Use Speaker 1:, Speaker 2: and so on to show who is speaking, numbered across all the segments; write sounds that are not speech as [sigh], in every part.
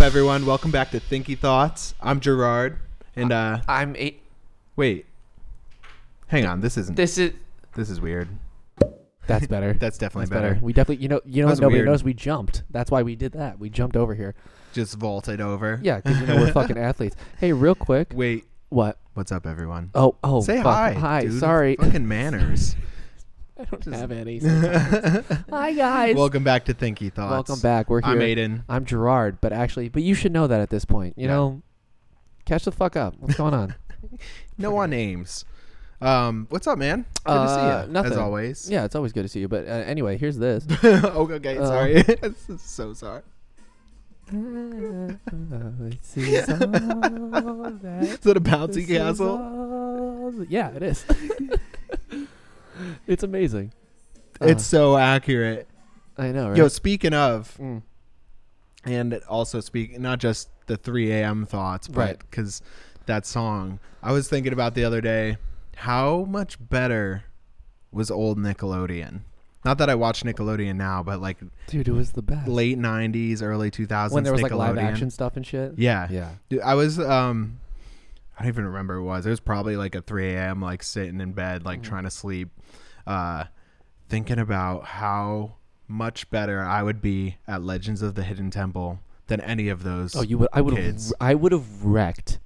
Speaker 1: everyone? Welcome back to Thinky Thoughts. I'm Gerard, and uh,
Speaker 2: I'm eight.
Speaker 1: wait, hang on. This isn't.
Speaker 2: This is
Speaker 1: This is weird.
Speaker 3: That's better.
Speaker 1: That's [laughs] definitely
Speaker 3: That's better.
Speaker 1: better.
Speaker 3: We definitely, you know, you know,
Speaker 1: That's
Speaker 3: what nobody
Speaker 1: weird.
Speaker 3: knows we jumped. That's why we did that. We jumped over here.
Speaker 1: Just vaulted over.
Speaker 3: Yeah, because you know [laughs] we're fucking athletes. Hey, real quick,
Speaker 1: Wait,
Speaker 3: what?
Speaker 1: what's up, everyone?
Speaker 3: Oh, oh,
Speaker 1: Say
Speaker 3: fuck.
Speaker 1: hi.
Speaker 3: Hi,
Speaker 1: dude.
Speaker 3: sorry, [laughs]
Speaker 1: Fucking manners.
Speaker 3: I don't
Speaker 1: just-
Speaker 3: have
Speaker 1: [laughs]
Speaker 3: any. hi guys.
Speaker 1: Welcome back to Thinky Thoughts.
Speaker 3: Welcome back. We're here.
Speaker 1: I'm Aiden.
Speaker 3: I'm Gerard, but actually, but you should know that at this point. You
Speaker 1: Yeah.
Speaker 3: know, catch the fuck up. What's going on?
Speaker 1: No one names. Um, what's up, man? [laughs] Good
Speaker 3: Uh,
Speaker 1: to see you.
Speaker 3: nothing.
Speaker 1: As always.
Speaker 3: yeah, it's always good to see you. But uh, anyway,
Speaker 1: [laughs]
Speaker 3: here's this.
Speaker 1: oh, okay.
Speaker 3: Uh,
Speaker 1: Sorry. [laughs] so sorry.
Speaker 3: This is all that
Speaker 1: Is that a bouncy
Speaker 3: This uh,
Speaker 1: castle?
Speaker 3: is all- Yeah, it is. [laughs] it's amazing. Uh,
Speaker 1: it's so accurate.
Speaker 3: I know, right?
Speaker 1: Yo, speaking of,
Speaker 3: Mm.
Speaker 1: and also speak not just the 3 a.m. thoughts, but
Speaker 3: Right.
Speaker 1: because that song I was thinking about the other day, how much better was old Nickelodeon? Not that I watch Nickelodeon now, but like
Speaker 3: dude, it was the best.
Speaker 1: mm. late 90s, early 2000s.
Speaker 3: when there was like
Speaker 1: Nickelodeon.
Speaker 3: live action stuff and shit.
Speaker 1: Yeah.
Speaker 3: yeah.
Speaker 1: Dude, I was um I don't even remember what it was. It was probably like at 3 a.m. like sitting in bed,
Speaker 3: Mm.
Speaker 1: like trying to sleep, uh thinking about how much better I would be at Legends of the Hidden Temple than any of those.
Speaker 3: Oh, you would. I would
Speaker 1: Kids.
Speaker 3: have. I would have wrecked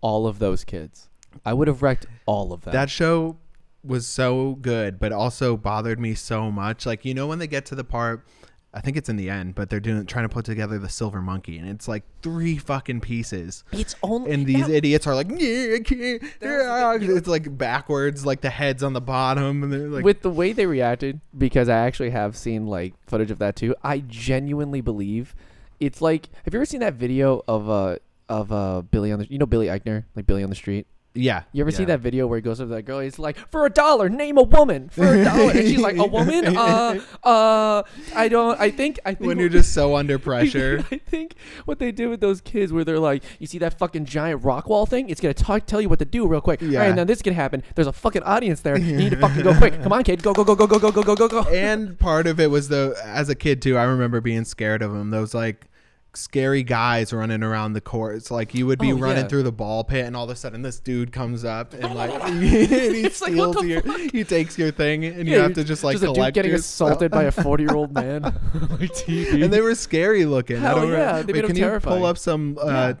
Speaker 3: all of those kids. I would have wrecked all of them.
Speaker 1: that show was so good, but also bothered me so much. Like, you know when they get to the part I think it's in the end, but they're doing trying to put together the silver monkey and it's like three fucking pieces.
Speaker 3: it's only [laughs]
Speaker 1: and these idiots are like, yeah, I can't, yeah," it's like backwards, like the heads on the bottom, and they're like,
Speaker 3: with the way they reacted because I actually have seen like footage of that too. I genuinely believe it's like have you ever seen that video of uh of uh Billy on the you know Billy Eichner like Billy on the street.
Speaker 1: yeah.
Speaker 3: You ever see
Speaker 1: yeah.
Speaker 3: that video where he goes up to that girl? He's like, "For a dollar, name a woman." For a dollar, and she's like,
Speaker 1: [laughs]
Speaker 3: "A woman? Uh, uh, I don't. I think. I think
Speaker 1: When you're just so under pressure,
Speaker 3: [laughs] I think what they did with those kids, where they're like, "You see that fucking giant rock wall thing? It's gonna talk, tell you what to do real quick.
Speaker 1: Yeah.
Speaker 3: All right, now this can happen. There's a fucking audience there.
Speaker 1: [laughs]
Speaker 3: You need to fucking go quick. Come on, kid. Go go go go go go go go go go.
Speaker 1: and part of it was the as a kid too. I remember being scared of them. Those like scary guys running around the court. It's like you would be
Speaker 3: Oh,
Speaker 1: running
Speaker 3: yeah.
Speaker 1: through the ball pit, and all of a sudden this dude comes up and
Speaker 3: [laughs]
Speaker 1: like [laughs] and he
Speaker 3: It's like, what
Speaker 1: steals
Speaker 3: the
Speaker 1: your, he takes your thing, and you have to just like
Speaker 3: just a dude
Speaker 1: collect
Speaker 3: getting
Speaker 1: yourself.
Speaker 3: assaulted by a forty
Speaker 1: [laughs]
Speaker 3: year old man. [laughs] like TV.
Speaker 1: And they were scary looking. I
Speaker 3: Hell
Speaker 1: don't
Speaker 3: yeah,
Speaker 1: know. Wait,
Speaker 3: they made 'em
Speaker 1: can you
Speaker 3: terrifying.
Speaker 1: pull up some uh,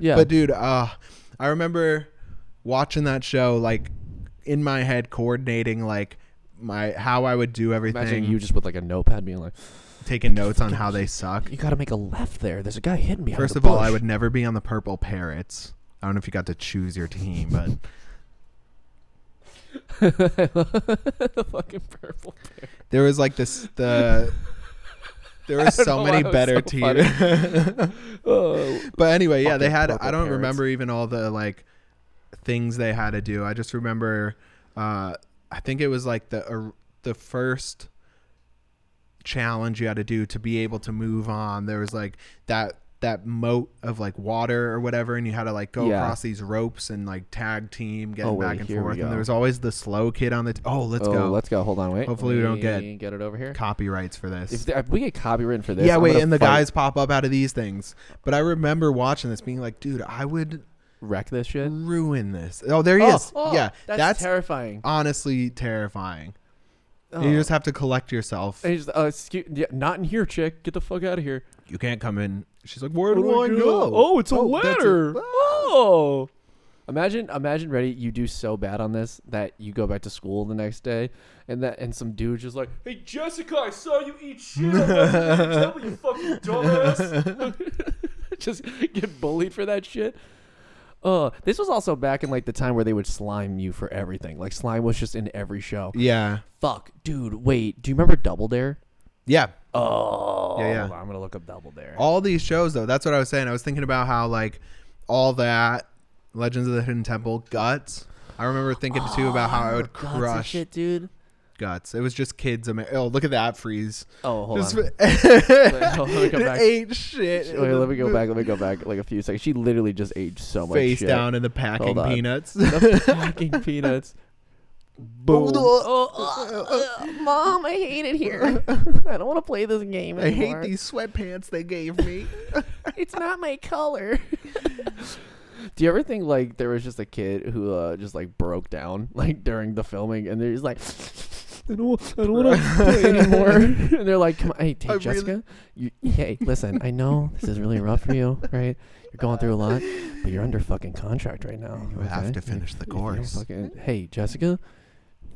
Speaker 3: yeah.
Speaker 1: But dude, uh, I remember watching that show like in my head coordinating like my how I would do everything,
Speaker 3: Imagine you just with like a notepad being like,
Speaker 1: taking notes on how
Speaker 3: [laughs]
Speaker 1: they suck.
Speaker 3: "You gotta make a left there. There's a guy hitting me."
Speaker 1: First of all, I would never be on the Purple Parrots. I don't know if you got to choose your team, but
Speaker 3: [laughs] the fucking purple. bear.
Speaker 1: there was like this
Speaker 3: [laughs]
Speaker 1: the there were
Speaker 3: don't
Speaker 1: so
Speaker 3: know
Speaker 1: many
Speaker 3: why it was
Speaker 1: better
Speaker 3: so
Speaker 1: teams.
Speaker 3: Oh,
Speaker 1: But anyway, yeah, they
Speaker 3: Fucking
Speaker 1: had. I
Speaker 3: Purple
Speaker 1: don't
Speaker 3: Parrots.
Speaker 1: remember even all the like things they had to do. I just remember. Uh, I think it was like the or the first challenge you had to do to be able to move on. There was like that that moat of like water or whatever, and you had to like go
Speaker 3: Yeah.
Speaker 1: across these ropes and like tag team, getting
Speaker 3: Oh, wait,
Speaker 1: back and
Speaker 3: here we
Speaker 1: forth.
Speaker 3: go.
Speaker 1: And there was always the slow kid on the. T- oh, let's
Speaker 3: oh,
Speaker 1: go.
Speaker 3: let's go. Hold on, wait.
Speaker 1: Hopefully we don't
Speaker 3: Let
Speaker 1: get-
Speaker 3: me get it over here.
Speaker 1: Copyrights for this.
Speaker 3: If, th- if we get copywritten for this,
Speaker 1: yeah,
Speaker 3: I'm
Speaker 1: wait,
Speaker 3: gonna
Speaker 1: and the
Speaker 3: fight-
Speaker 1: guys pop up out of these things. But I remember watching this, being like, dude, I would
Speaker 3: wreck this shit.
Speaker 1: ruin this. Oh, there he is. yeah, that's,
Speaker 3: terrifying.
Speaker 1: honestly terrifying.
Speaker 3: Oh.
Speaker 1: You just have to collect yourself.
Speaker 3: And he's, uh, excuse, yeah, not in here, chick. Get the fuck out of here.
Speaker 1: You can't come in. She's like, where
Speaker 3: Oh
Speaker 1: do
Speaker 3: my
Speaker 1: I
Speaker 3: God.
Speaker 1: go?
Speaker 3: Oh, it's a
Speaker 1: that's
Speaker 3: letter.
Speaker 1: ah.
Speaker 3: Oh. Imagine, imagine, ready. You do so bad on this that you go back to school the next day, and that and some dude just like, "Hey Jessica, I saw you eat shit. on my dinner table, you fucking dumbass." [laughs] just get bullied for that shit. Uh, this was also back in like the time where they would slime you for everything. Like slime was just in every show.
Speaker 1: Yeah.
Speaker 3: Fuck, dude. Wait, do you remember Double Dare?
Speaker 1: Yeah.
Speaker 3: Oh,
Speaker 1: Yeah, yeah.
Speaker 3: hold on, I'm gonna look up Double Dare.
Speaker 1: All these shows, though, that's what I was saying. I was thinking about how, like, all that Legends of the Hidden Temple, Guts. I remember thinking, too, about how I would
Speaker 3: Lots of
Speaker 1: crush
Speaker 3: Oh, shit, dude.
Speaker 1: Guts. It was just kids. Amer- oh, look at that freeze.
Speaker 3: Oh, hold
Speaker 1: Just [laughs]
Speaker 3: on. hold on, go back.
Speaker 1: ate shit.
Speaker 3: Wait, let me go back. Let me go back like a few seconds. She literally just aged so much [laughs]
Speaker 1: Face
Speaker 3: shit.
Speaker 1: down in the packing
Speaker 3: [laughs] Hold on.
Speaker 1: peanuts.
Speaker 3: The fucking peanuts.
Speaker 1: Boom.
Speaker 2: [laughs] Mom, I hate
Speaker 1: [laughs]
Speaker 2: it here. I don't want to play this game
Speaker 1: I hate
Speaker 2: anymore.
Speaker 1: these sweatpants they gave me.
Speaker 2: It's not my color.
Speaker 3: Do you ever think like there was just a kid who uh, just like broke down [laughs] like during the filming and they're just like, I don't, wa- I don't want [laughs] to play anymore. and they're like, come on, hey,
Speaker 1: I
Speaker 3: hey
Speaker 1: really-
Speaker 3: Jessica, you, hey, listen, I know this is really rough for you, right? You're going through a lot, but you're under fucking contract right now.
Speaker 1: You have
Speaker 3: okay?
Speaker 1: to finish the
Speaker 3: You don't
Speaker 1: course.
Speaker 3: fucking- hey, Jessica,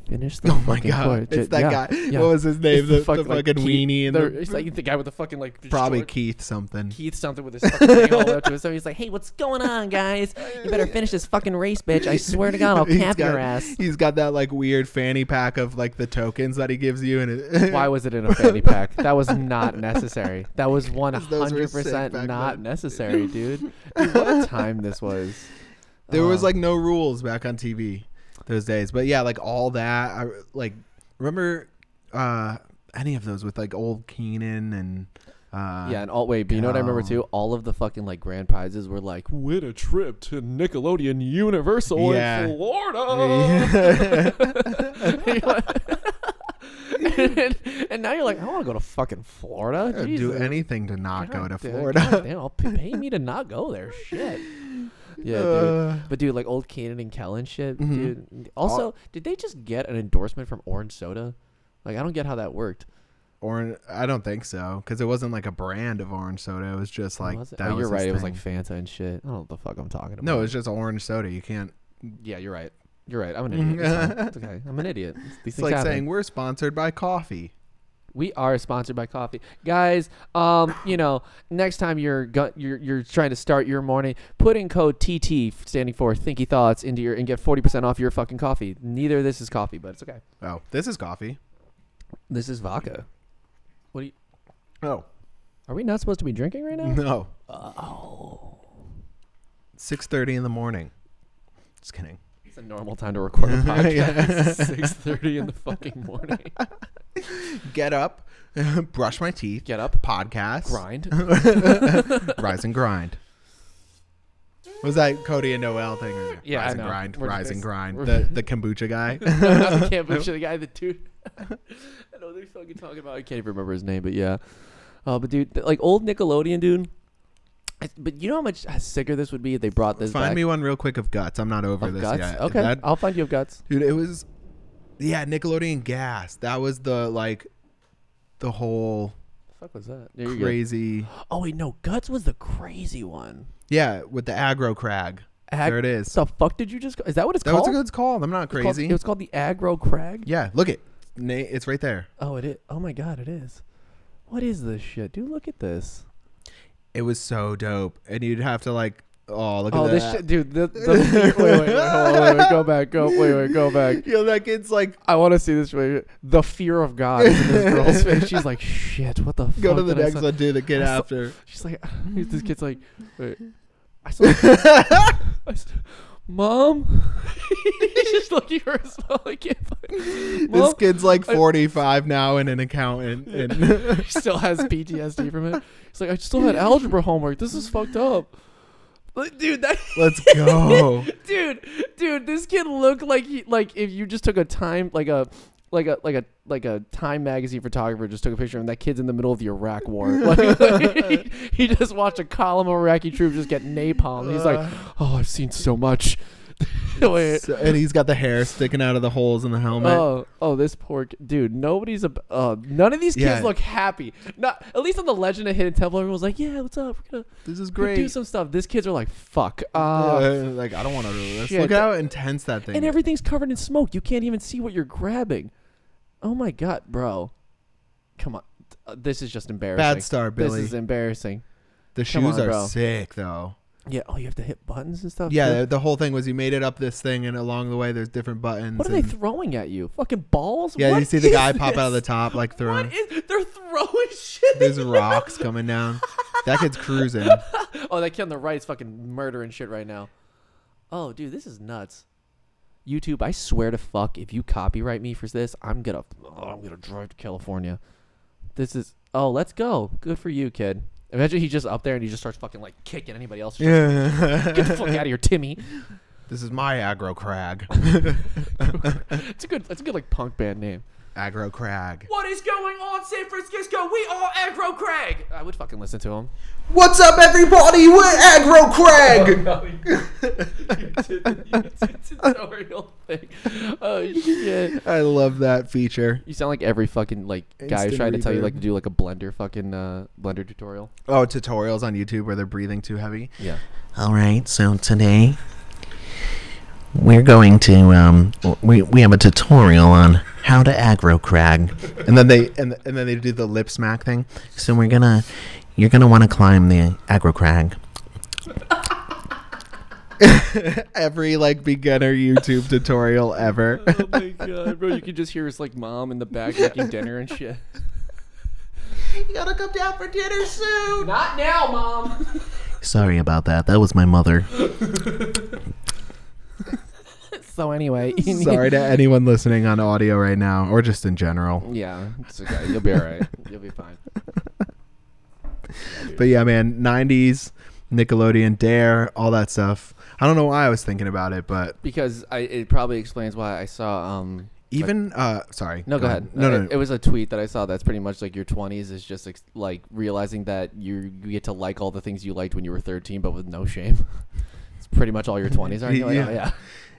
Speaker 3: finish
Speaker 1: [laughs]
Speaker 3: the
Speaker 1: oh my
Speaker 3: fucking
Speaker 1: god,
Speaker 3: course. Ju-
Speaker 1: it's that
Speaker 3: yeah,
Speaker 1: guy.
Speaker 3: yeah.
Speaker 1: What was his name?
Speaker 3: It's
Speaker 1: The, the,
Speaker 3: fuck- like,
Speaker 1: fucking
Speaker 3: Keith-
Speaker 1: weenie and
Speaker 3: the-
Speaker 1: the,
Speaker 3: it's like the guy with the fucking like
Speaker 1: probably
Speaker 3: short-
Speaker 1: Keith something.
Speaker 3: Keith something with his fucking thing all up to his. So he's like, hey, what's
Speaker 2: What's going on, guys? You better finish this fucking race, bitch. I swear to God,
Speaker 1: [laughs]
Speaker 2: I'll
Speaker 1: He's
Speaker 2: cap
Speaker 1: got-
Speaker 2: your ass.
Speaker 1: He's got that like weird fanny pack of like the tokens that he gives you, and it, [laughs]
Speaker 3: Why was it in a fanny pack? That was not necessary.
Speaker 1: [laughs]
Speaker 3: That was
Speaker 1: those were
Speaker 3: 100%
Speaker 1: sick back
Speaker 3: not
Speaker 1: then.
Speaker 3: necessary, dude. Dude, What a time this was.
Speaker 1: there was
Speaker 3: Uh,
Speaker 1: like no rules back on TV those days. But yeah, like all that. I like remember uh any of those with like old Keenan and uh
Speaker 3: Yeah, and all wait, but you know what I remember
Speaker 1: God.
Speaker 3: too? All of the fucking like grand prizes were like win a trip to Nickelodeon Universal
Speaker 1: Yeah.
Speaker 3: in Florida.
Speaker 1: [laughs] Yeah.
Speaker 3: [laughs]
Speaker 1: [laughs]
Speaker 3: and, and now you're like, I want to go to fucking Florida.
Speaker 1: I'd do
Speaker 3: Jesus.
Speaker 1: anything to not go
Speaker 3: God
Speaker 1: to
Speaker 3: damn- God
Speaker 1: Florida.
Speaker 3: damn, I'll p- pay me to not go there.
Speaker 1: [laughs]
Speaker 3: Shit. Yeah, dude.
Speaker 1: Uh,
Speaker 3: But dude, like old Keenan and Kellen shit,
Speaker 1: Mhm.
Speaker 3: dude. Also, did they just get an endorsement from Orange Soda? Like, I don't get how that worked.
Speaker 1: Orange, I don't think so, because it wasn't like a brand of orange soda. It was just like
Speaker 3: Was it?
Speaker 1: that.
Speaker 3: oh, you're
Speaker 1: was
Speaker 3: right.
Speaker 1: his
Speaker 3: It was like
Speaker 1: thing.
Speaker 3: Fanta and shit. I don't know what the fuck I'm talking about.
Speaker 1: no, it's just orange soda. You can't.
Speaker 3: yeah, you're right. You're right. I'm an idiot.
Speaker 1: [laughs]
Speaker 3: It's, fine. It's okay. I'm an idiot. These
Speaker 1: Mm-hmm. It's
Speaker 3: things
Speaker 1: like
Speaker 3: happen.
Speaker 1: saying we're sponsored by coffee.
Speaker 3: we are sponsored by coffee, guys. Um, you know, next time you're go- you're you're trying to start your morning, put in code TT standing for Thinky Thoughts into your and get forty percent off your fucking coffee. Neither of this is coffee, but it's okay.
Speaker 1: Oh, this is coffee.
Speaker 3: This is vodka. What do you?
Speaker 1: Oh
Speaker 3: Are we not supposed to be drinking right
Speaker 1: [laughs]
Speaker 3: now? [laughs]
Speaker 1: no. Oh. Six thirty in the morning. Just kidding.
Speaker 3: It's a normal time to record
Speaker 1: [laughs]
Speaker 3: a
Speaker 1: Yeah.
Speaker 3: podcast. [laughs] Six thirty in the fucking
Speaker 1: [laughs]
Speaker 3: morning.
Speaker 1: Get up, [laughs] brush my teeth.
Speaker 3: Get up,
Speaker 1: Podcast.
Speaker 3: grind. [laughs]
Speaker 1: rise and grind. Was that Cody and Noel thing? Or
Speaker 3: Yeah,
Speaker 1: rise
Speaker 3: I
Speaker 1: and
Speaker 3: know.
Speaker 1: grind,
Speaker 3: We're
Speaker 1: rise
Speaker 3: just-
Speaker 1: and grind.
Speaker 3: we're- [laughs]
Speaker 1: The the kombucha guy.
Speaker 3: I can't picture the guy, the dude. [laughs] I know they're fucking talking about. I can't even remember his name, but yeah. Uh, but dude, th- like old Nickelodeon dude. I- But you know how much sicker this would be if they brought this
Speaker 1: Find
Speaker 3: back?
Speaker 1: me one real quick of guts. I'm not over
Speaker 3: Of
Speaker 1: this
Speaker 3: guts.
Speaker 1: yet.
Speaker 3: Okay,
Speaker 1: That-
Speaker 3: I'll find you of guts.
Speaker 1: dude, it was. Yeah, Nickelodeon gas. That was the like, the whole
Speaker 3: The fuck was that? There you go.
Speaker 1: crazy.
Speaker 3: Oh wait, no, guts was the crazy one.
Speaker 1: Yeah, with the aggro crag.
Speaker 3: Ag-
Speaker 1: there it is.
Speaker 3: The fuck did you just? Is that what it's
Speaker 1: that
Speaker 3: called?
Speaker 1: was a good call. I'm not
Speaker 3: It's called-
Speaker 1: crazy.
Speaker 3: it was called the Aggro Crag.
Speaker 1: yeah, look it. Na- It's right there.
Speaker 3: Oh, it is. Oh my god, it is. What is this shit? Dude, look at this.
Speaker 1: It was so dope, and you'd have to like, oh look
Speaker 3: Oh,
Speaker 1: at
Speaker 3: this
Speaker 1: that.
Speaker 3: shit, dude. The, the, wait, wait, wait, wait, hold on, wait, wait, go back, go, wait, wait, go
Speaker 1: [laughs]
Speaker 3: back.
Speaker 1: Yo, that kid's like,
Speaker 3: I want to see this. Way. The fear of God is in
Speaker 1: [laughs]
Speaker 3: this girl's face. She's like, shit. What the?
Speaker 1: go
Speaker 3: fuck
Speaker 1: to the
Speaker 3: did I
Speaker 1: next
Speaker 3: sign-"
Speaker 1: one, do the kid
Speaker 3: I saw- [laughs]
Speaker 1: after.
Speaker 3: She's like, this kid's like, wait. I saw. I saw Mom, [laughs] he's just looking for his phone. I can't find.
Speaker 1: This
Speaker 3: Mom
Speaker 1: kid's like
Speaker 3: I-
Speaker 1: 45 now and an accountant.
Speaker 3: [laughs]
Speaker 1: And
Speaker 3: still has PTSD from it. He's like, I still
Speaker 1: [laughs]
Speaker 3: had algebra homework. This is fucked up, Like, dude. That
Speaker 1: let's go.
Speaker 3: dude dude this kid looked like he like if you just took a time like a like a like a like a time magazine photographer just took a picture of him that kid's in the middle of the iraq war [laughs] like, [laughs] he, he just watched a column of iraqi troops just get napalm he's like oh i've seen so much [laughs] Wait.
Speaker 1: Uh. So- and he's got the hair sticking out of the holes in the helmet.
Speaker 3: Oh, oh, this poor ki- dude. Nobody's a. Uh, none of these kids
Speaker 1: Yeah.
Speaker 3: look happy. Not at least on the Legend of Hidden Temple. Everyone's like, "Yeah, what's up? We're gonna
Speaker 1: this is
Speaker 3: we're gonna
Speaker 1: great.
Speaker 3: do some stuff." These kids are like, "Fuck." Uh,
Speaker 1: Uh, like I don't want to do this.
Speaker 3: shit.
Speaker 1: Look at how intense that thing.
Speaker 3: and
Speaker 1: is.
Speaker 3: everything's covered in smoke. You can't even see what you're grabbing. Oh my god, bro! Come on, Uh, this is just embarrassing.
Speaker 1: Bad star, Billy.
Speaker 3: This is embarrassing.
Speaker 1: the
Speaker 3: come
Speaker 1: shoes
Speaker 3: on,
Speaker 1: are
Speaker 3: bro. Oh,
Speaker 1: sick though.
Speaker 3: Yeah. Oh, you have to hit buttons and stuff.
Speaker 1: Yeah,
Speaker 3: too?
Speaker 1: the whole thing was you made it up this thing, and along the way there's different buttons.
Speaker 3: What are they
Speaker 1: and-
Speaker 3: throwing at you? Fucking balls.
Speaker 1: yeah,
Speaker 3: What
Speaker 1: you see the
Speaker 3: is
Speaker 1: guy pop out of the
Speaker 3: this?
Speaker 1: top like throwing.
Speaker 3: What is? They're throwing [laughs] shit.
Speaker 1: There's rocks coming down. That kid's
Speaker 3: [laughs]
Speaker 1: cruising. [laughs]
Speaker 3: Oh, that kid on the right is fucking murdering shit right now. Oh, dude, this is nuts. YouTube, I swear to fuck, if you copyright me for this, I'm gonna, oh, I'm gonna drive to California. This is, oh, let's go. Good for you, kid. Imagine he's just up there and he just starts fucking like kicking anybody else. Just, Get the fuck out of here, Timmy. [laughs]
Speaker 1: This is my aggro crag.
Speaker 3: It's a good. It's a good like punk band name.
Speaker 1: aggro crag.
Speaker 3: What is going on, San Francisco? We are Aggro Craig. I would fucking listen to him.
Speaker 1: What's up, everybody? We're aggro crag.
Speaker 3: No, [laughs] you, you did, you did tutorial thing. Oh shit.
Speaker 1: I love that feature.
Speaker 3: You sound like every fucking like guy who's
Speaker 1: Instant
Speaker 3: trying to tell you
Speaker 1: reverb.
Speaker 3: like to do like a blender fucking uh, blender tutorial.
Speaker 1: Oh, tutorials on YouTube where they're breathing too heavy.
Speaker 3: Yeah.
Speaker 4: All right, so today we're going to um we we have a tutorial on how to aggro crag.
Speaker 1: And then they and, and then they do the lip smack thing.
Speaker 4: So we're going to you're going to want to climb the aggro crag.
Speaker 1: [laughs] Every like beginner YouTube tutorial ever.
Speaker 3: [laughs]
Speaker 1: [laughs]
Speaker 3: Oh my god, bro! You can just hear his like mom in the back making dinner and shit.
Speaker 4: You got to come down for dinner soon.
Speaker 3: [laughs] Not now, mom.
Speaker 4: Sorry about that. That was my mother.
Speaker 3: So [laughs] anyway, you need-
Speaker 1: Sorry to anyone listening on audio right now or just in general.
Speaker 3: Yeah, it's okay. You'll be all right. You'll be fine.
Speaker 1: But yeah, man, 90s Nickelodeon Dare, all that stuff. I don't know why I was thinking about it, but
Speaker 3: Because I, it probably explains why I saw. Um,
Speaker 1: even uh sorry.
Speaker 3: no, go ahead.
Speaker 1: No,
Speaker 3: Uh,
Speaker 1: no.
Speaker 3: It, it was a tweet that I saw that's pretty much like your 20s is just ex- like realizing that you, you get to like all the things you liked when you were 13, but with no shame. [laughs] it's pretty much all your 20s, aren't you?
Speaker 1: [laughs]
Speaker 3: Like,
Speaker 1: Yeah.
Speaker 3: oh, yeah.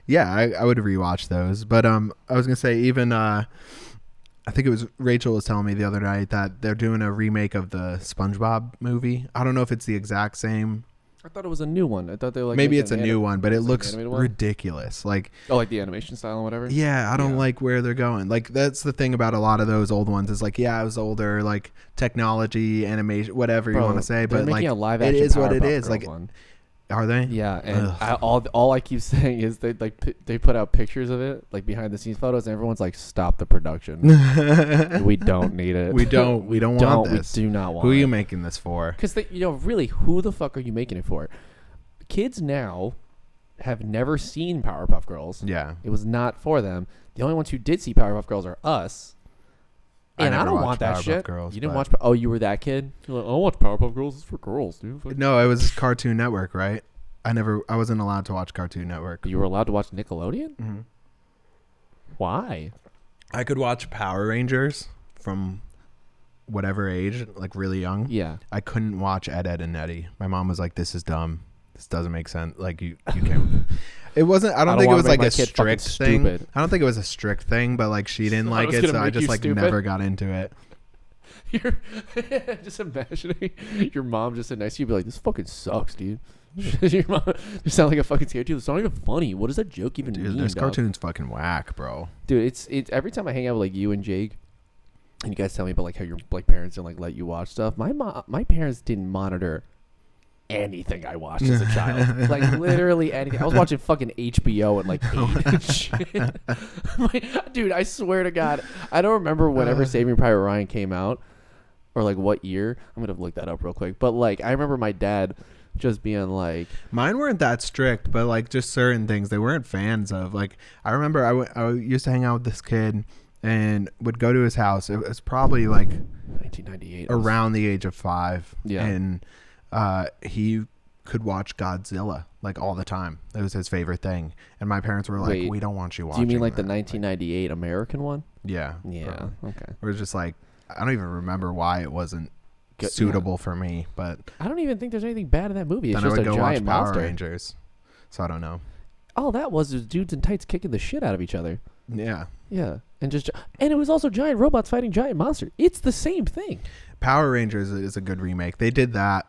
Speaker 1: yeah i, I would rewatch those but um i was gonna say even uh i think it was rachel was telling me the other night that they're doing a remake of the spongebob movie i don't know if it's the exact same
Speaker 3: I thought it was a new one. I thought they were like
Speaker 1: maybe
Speaker 3: making
Speaker 1: it's a
Speaker 3: an
Speaker 1: new
Speaker 3: anim-
Speaker 1: one but it
Speaker 3: it's an
Speaker 1: looks
Speaker 3: animated one?
Speaker 1: ridiculous like
Speaker 3: Oh, like the animation style and whatever.
Speaker 1: yeah i don't
Speaker 3: Yeah.
Speaker 1: like where they're going like that's the thing about a lot of those old ones is like yeah i was older like technology animation whatever you
Speaker 3: Bro,
Speaker 1: want to say
Speaker 3: they're
Speaker 1: but
Speaker 3: making
Speaker 1: like
Speaker 3: a live
Speaker 1: it
Speaker 3: action
Speaker 1: is what it
Speaker 3: Powerpuff
Speaker 1: is
Speaker 3: Girls
Speaker 1: like
Speaker 3: one.
Speaker 1: are they
Speaker 3: Yeah, and
Speaker 1: Ugh.
Speaker 3: I, all all I keep [laughs] saying is they like p- they put out pictures of it, like behind the scenes photos, and everyone's like, "Stop the [laughs] production. we don't need it.
Speaker 1: we
Speaker 3: [laughs]
Speaker 1: don't we don't, want
Speaker 3: don't. We
Speaker 1: this
Speaker 3: do not want."
Speaker 1: who are you
Speaker 3: it.
Speaker 1: making this
Speaker 3: [laughs]
Speaker 1: for
Speaker 3: Because you know, really, who the fuck are you making it for? Kids now have never seen Powerpuff Girls.
Speaker 1: yeah
Speaker 3: It was not for them. The only ones who did see Powerpuff Girls are us.
Speaker 1: I
Speaker 3: And I,
Speaker 1: never
Speaker 3: don't
Speaker 1: watched
Speaker 3: want that
Speaker 1: Powerpuff
Speaker 3: shit.
Speaker 1: Girls,
Speaker 3: you didn't
Speaker 1: but-
Speaker 3: watch? Pa- Oh, you were that kid. You're like, I don't watch Powerpuff Girls. It's for girls, dude. Fuck."
Speaker 1: No, it was Cartoon Network, right? I never, I wasn't allowed to watch Cartoon Network.
Speaker 3: You were allowed to watch Nickelodeon. Why?
Speaker 1: I could watch Power Rangers from whatever age, like really young.
Speaker 3: Yeah.
Speaker 1: I couldn't watch Ed, Ed, and Eddie. My mom was like, "This is dumb. This doesn't make sense. Like you, you can't."
Speaker 3: [laughs]
Speaker 1: it wasn't. I don't,
Speaker 3: don't
Speaker 1: think it
Speaker 3: wanna
Speaker 1: was
Speaker 3: make
Speaker 1: like
Speaker 3: my
Speaker 1: a
Speaker 3: kid fucking
Speaker 1: strict thing.
Speaker 3: stupid.
Speaker 1: I don't think it was a strict thing, but like she didn't
Speaker 3: I
Speaker 1: like
Speaker 3: was
Speaker 1: it,
Speaker 3: gonna
Speaker 1: so I
Speaker 3: make you
Speaker 1: just like
Speaker 3: stupid.
Speaker 1: never got into it.
Speaker 3: [laughs] You're [laughs] just imagining [laughs] your mom just sitting next to you, be like, "This fucking sucks, dude." [laughs] your mom, you sound like a fucking scared dude. It's not even funny. What does that joke even
Speaker 1: Dude,
Speaker 3: mean?
Speaker 1: those
Speaker 3: dog?"
Speaker 1: cartoons fucking whack, bro.
Speaker 3: dude. It's it's every time I hang out with like you and Jake, and you guys tell me about like how your like parents didn't like let you watch stuff. My mom, my parents didn't monitor anything I watched as
Speaker 1: [laughs]
Speaker 3: a child. like literally anything. I was watching fucking HBO at like
Speaker 1: Oh.
Speaker 3: eight. and shit. [laughs] Like, dude, I swear to God, I don't remember
Speaker 1: Uh.
Speaker 3: whenever Saving Private Ryan came out or like what year. I'm gonna look that up real quick. But like, I remember my dad just being like.
Speaker 1: Mine weren't that strict, but like just certain things they weren't fans of. Like I remember I went- I used to hang out with this kid and would go to his house. It was probably like
Speaker 3: 1998
Speaker 1: around the age of five.
Speaker 3: Yeah.
Speaker 1: And uh, he could watch Godzilla like all the time. It was his favorite thing. And my parents were like,
Speaker 3: Wait,
Speaker 1: "We don't want you
Speaker 3: Do
Speaker 1: watching."
Speaker 3: you mean like the
Speaker 1: that."
Speaker 3: 1998 American one?
Speaker 1: Yeah.
Speaker 3: Yeah.
Speaker 1: bro.
Speaker 3: Okay.
Speaker 1: We're just like I don't even remember why it wasn't
Speaker 3: Go- yeah.
Speaker 1: suitable for me, but
Speaker 3: I don't even think there's anything bad in that movie. It's
Speaker 1: then I
Speaker 3: just
Speaker 1: would
Speaker 3: a
Speaker 1: go watch
Speaker 3: giant
Speaker 1: Power
Speaker 3: monster.
Speaker 1: Rangers. So I don't know.
Speaker 3: All that was was dudes in tights kicking the shit out of each other.
Speaker 1: Yeah.
Speaker 3: Yeah, and just and it was also giant robots fighting giant monsters. It's the same thing.
Speaker 1: Power Rangers is a good remake. They did that.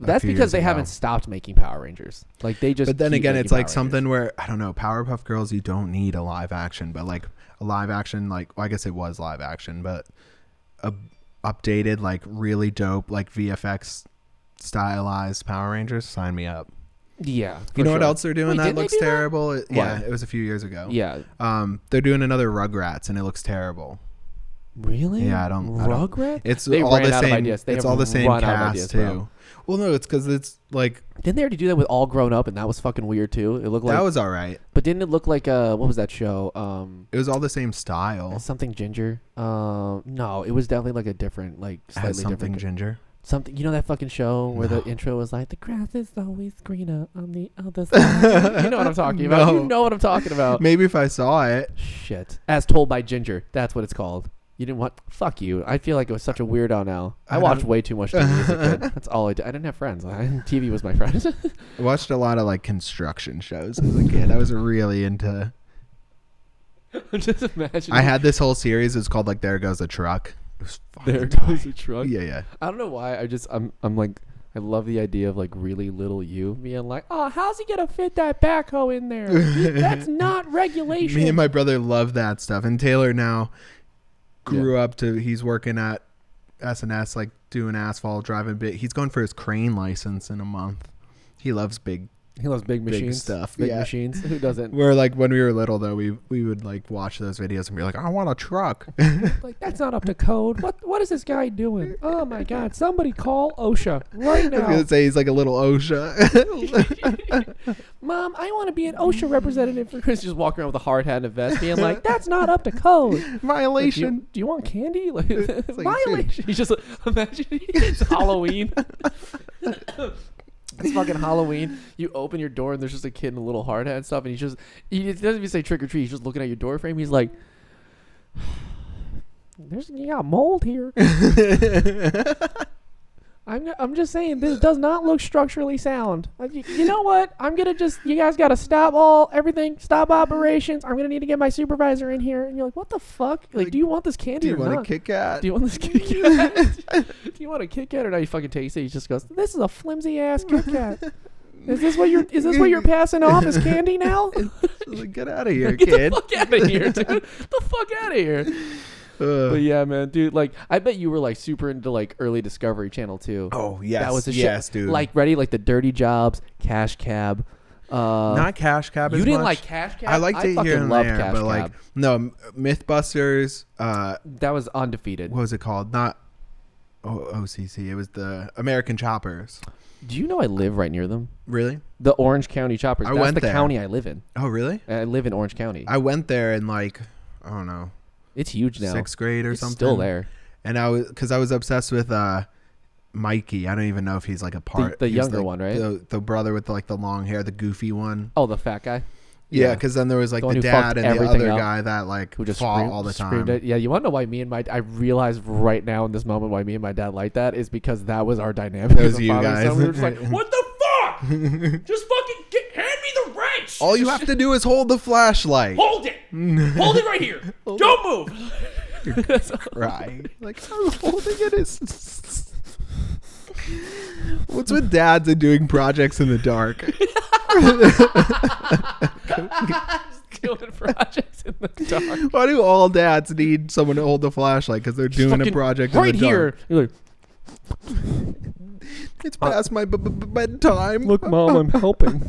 Speaker 1: a
Speaker 3: That's
Speaker 1: few
Speaker 3: because
Speaker 1: years
Speaker 3: they
Speaker 1: ago.
Speaker 3: haven't stopped making Power Rangers. Like they just.
Speaker 1: But then
Speaker 3: keep
Speaker 1: again,
Speaker 3: making
Speaker 1: it's like
Speaker 3: Power
Speaker 1: something
Speaker 3: Rangers.
Speaker 1: where I don't know. Powerpuff Girls, you don't need a live action, but like a live action, like well, I guess it was live action, but a updated, like really dope, like VFX stylized Power Rangers. Sign me up.
Speaker 3: Yeah. for
Speaker 1: You know what
Speaker 3: sure.
Speaker 1: else they're doing
Speaker 3: Wait,
Speaker 1: that
Speaker 3: didn't they
Speaker 1: looks
Speaker 3: do that?
Speaker 1: terrible? It- yeah,
Speaker 3: What?
Speaker 1: it was a few years ago.
Speaker 3: Yeah.
Speaker 1: Um, they're doing another Rugrats, and it looks terrible.
Speaker 3: Really?
Speaker 1: Yeah, I don't- I don't-
Speaker 3: Rugrats.
Speaker 1: It's
Speaker 3: They
Speaker 1: all
Speaker 3: ran
Speaker 1: the
Speaker 3: out of
Speaker 1: same.
Speaker 3: ideas. They
Speaker 1: It's
Speaker 3: have
Speaker 1: all the same
Speaker 3: run out of
Speaker 1: cast
Speaker 3: ideas,
Speaker 1: too.
Speaker 3: bro.
Speaker 1: Well, no, it's because it's like
Speaker 3: Didn't they already do that with All Grown Up, and that was fucking weird too. It looked like.
Speaker 1: that was all right.
Speaker 3: but didn't it look like uh what was that show? Um.
Speaker 1: It was all the same style.
Speaker 3: Something ginger. Um, no, it was definitely like a different, like
Speaker 1: It has
Speaker 3: slightly
Speaker 1: something
Speaker 3: different.
Speaker 1: ginger.
Speaker 2: something. You know that fucking show where the intro was like, "The grass is always greener on the
Speaker 1: [laughs]
Speaker 2: other side."
Speaker 3: You know what I'm talking about. You
Speaker 1: No.
Speaker 3: know what I'm talking
Speaker 1: [laughs]
Speaker 3: about.
Speaker 1: Maybe if I saw it,
Speaker 3: Shit. As told by Ginger. That's what it's called. You didn't want. Fuck you. I feel like I was such a weirdo now. I,
Speaker 1: I
Speaker 3: watched
Speaker 1: don't-
Speaker 3: way too much TV as a
Speaker 1: [laughs]
Speaker 3: kid. That's all I did. I didn't have friends. TV was my friend. [laughs]
Speaker 1: I watched a lot of like construction shows as a kid. I was really into.
Speaker 3: Just imagine.
Speaker 1: I had this whole series. It's called like "There Goes a Truck." It was fucking [laughs]
Speaker 3: There
Speaker 1: tight.
Speaker 3: goes a truck.
Speaker 1: Yeah, yeah.
Speaker 3: I don't know why. I just I'm I'm like I love the idea of like really little you being like, oh, how's he gonna fit that backhoe in
Speaker 1: [laughs]
Speaker 3: there? That's not regulation.
Speaker 1: Me and my brother love that stuff. And Taylor now grew up to he's working at SNS, like doing asphalt, driving big. He's going for his crane license in a month. He loves big.
Speaker 3: he loves big machines.
Speaker 1: stuff,
Speaker 3: Big
Speaker 1: yeah.
Speaker 3: machines. Who doesn't?
Speaker 1: We're like when we were little though, we we would like watch those videos and be like, I want a truck.
Speaker 3: [laughs]
Speaker 1: [laughs]
Speaker 3: like that's not up to code. What what is this guy doing? Oh my god! Somebody call OSHA [laughs] right
Speaker 1: I was
Speaker 3: now.
Speaker 1: gonna say he's like a little OSHA. [laughs]
Speaker 3: Mom, I want to be an OSHA representative for Chris. Just walking around with a hard hat and a vest, being like, [laughs] that's not up to code. Like, do, you,
Speaker 1: Violation.
Speaker 3: do you want [laughs] candy? Like,
Speaker 1: like,
Speaker 3: violation. He's just like, imagine [laughs] it's Halloween. [laughs] it's fucking Halloween. You open your door and there's just a kid in a little hard hat and stuff, and he's just he it doesn't even say trick or treat. He's just looking at your door frame. He's like, [sighs] "There's you got mold here."
Speaker 1: [laughs]
Speaker 3: I'm, I'm just saying this does not look structurally sound. Uh, You, you know what? I'm gonna just you guys gotta stop all everything, stop operations. I'm gonna need to get my supervisor in here. And you're like, what the fuck? Like,
Speaker 1: Like,
Speaker 3: do you want this
Speaker 1: Do
Speaker 3: candy
Speaker 1: you
Speaker 3: or
Speaker 1: want a
Speaker 3: not?
Speaker 1: Kit Kat?
Speaker 3: Do you want this Kit Kat?
Speaker 1: [laughs]
Speaker 3: Do you want a Kit Kat or not? You fucking taste it. He just goes, "This is a flimsy ass Kit Kat."
Speaker 1: [laughs]
Speaker 3: Is this what you're? Is this what you're passing off as candy
Speaker 1: [laughs]
Speaker 3: now?
Speaker 1: Like, Get out of here,
Speaker 3: [laughs] Get the
Speaker 1: kid.
Speaker 3: fuck out of
Speaker 1: [laughs]
Speaker 3: here, dude! the fuck out of here! But
Speaker 1: Ugh.
Speaker 3: yeah, man, dude. Like, I bet you were like super into like early Discovery Channel too.
Speaker 1: Oh yes,
Speaker 3: that was a
Speaker 1: yes, dude.
Speaker 3: Like, ready? Like the Dirty Jobs, Cash Cab. Uh,
Speaker 1: not Cash Cab.
Speaker 3: you
Speaker 1: as
Speaker 3: didn't
Speaker 1: much.
Speaker 3: like Cash Cab.
Speaker 1: I liked it
Speaker 3: fucking
Speaker 1: here and
Speaker 3: loved
Speaker 1: there,
Speaker 3: Cash
Speaker 1: but like
Speaker 3: Cab.
Speaker 1: no M- MythBusters. Uh,
Speaker 3: that was undefeated.
Speaker 1: what was it called? Not o- OCC. It was the American Choppers.
Speaker 3: Do you know I live right near them?
Speaker 1: Really?
Speaker 3: The Orange County Choppers.
Speaker 1: I
Speaker 3: That's
Speaker 1: went
Speaker 3: the
Speaker 1: there.
Speaker 3: county I live in.
Speaker 1: Oh, really?
Speaker 3: I live in Orange County.
Speaker 1: I went there in like I don't know
Speaker 3: It's huge now.
Speaker 1: sixth grade or
Speaker 3: it's
Speaker 1: something.
Speaker 3: Still there.
Speaker 1: And I was because I was obsessed with uh, Mikey. I don't even know if he's like a part.
Speaker 3: the
Speaker 1: he's,
Speaker 3: younger
Speaker 1: like,
Speaker 3: one, right?
Speaker 1: The, the brother with like the long hair, the goofy one.
Speaker 3: Oh, the fat guy
Speaker 1: Yeah,
Speaker 3: Yeah.
Speaker 1: because then there was like
Speaker 3: The
Speaker 1: the,
Speaker 3: one who fucked
Speaker 1: dad and the
Speaker 3: everything
Speaker 1: other
Speaker 3: up.
Speaker 1: guy that like
Speaker 3: who just
Speaker 1: fought
Speaker 3: screamed,
Speaker 1: all the
Speaker 3: screamed
Speaker 1: time.
Speaker 3: It. Yeah, you want to know why me and my I realize right now in this moment why me and my dad like that is because that was our dynamic.
Speaker 1: That
Speaker 3: as
Speaker 1: was
Speaker 3: a
Speaker 1: you
Speaker 3: father and
Speaker 1: guys.
Speaker 3: son. We were just like,
Speaker 1: [laughs]
Speaker 3: what the fuck? just fucking get, hand me the wrench.
Speaker 1: All you have to do is hold the flashlight.
Speaker 3: Hold it. Hold it right here. Don't move. That's all.
Speaker 1: [laughs] Right. Like I'm holding it is. [laughs] What's with dads and doing projects in the dark? [laughs]
Speaker 3: [laughs] doing projects in the dark.
Speaker 1: Why do all dads need someone to hold the flashlight because they're doing a
Speaker 3: Fucking
Speaker 1: project
Speaker 3: right
Speaker 1: in the
Speaker 3: here.
Speaker 1: dark?
Speaker 3: You're like,
Speaker 1: It's past my b- b- b- bedtime.
Speaker 3: Look, mom,
Speaker 1: [laughs]
Speaker 3: I'm helping.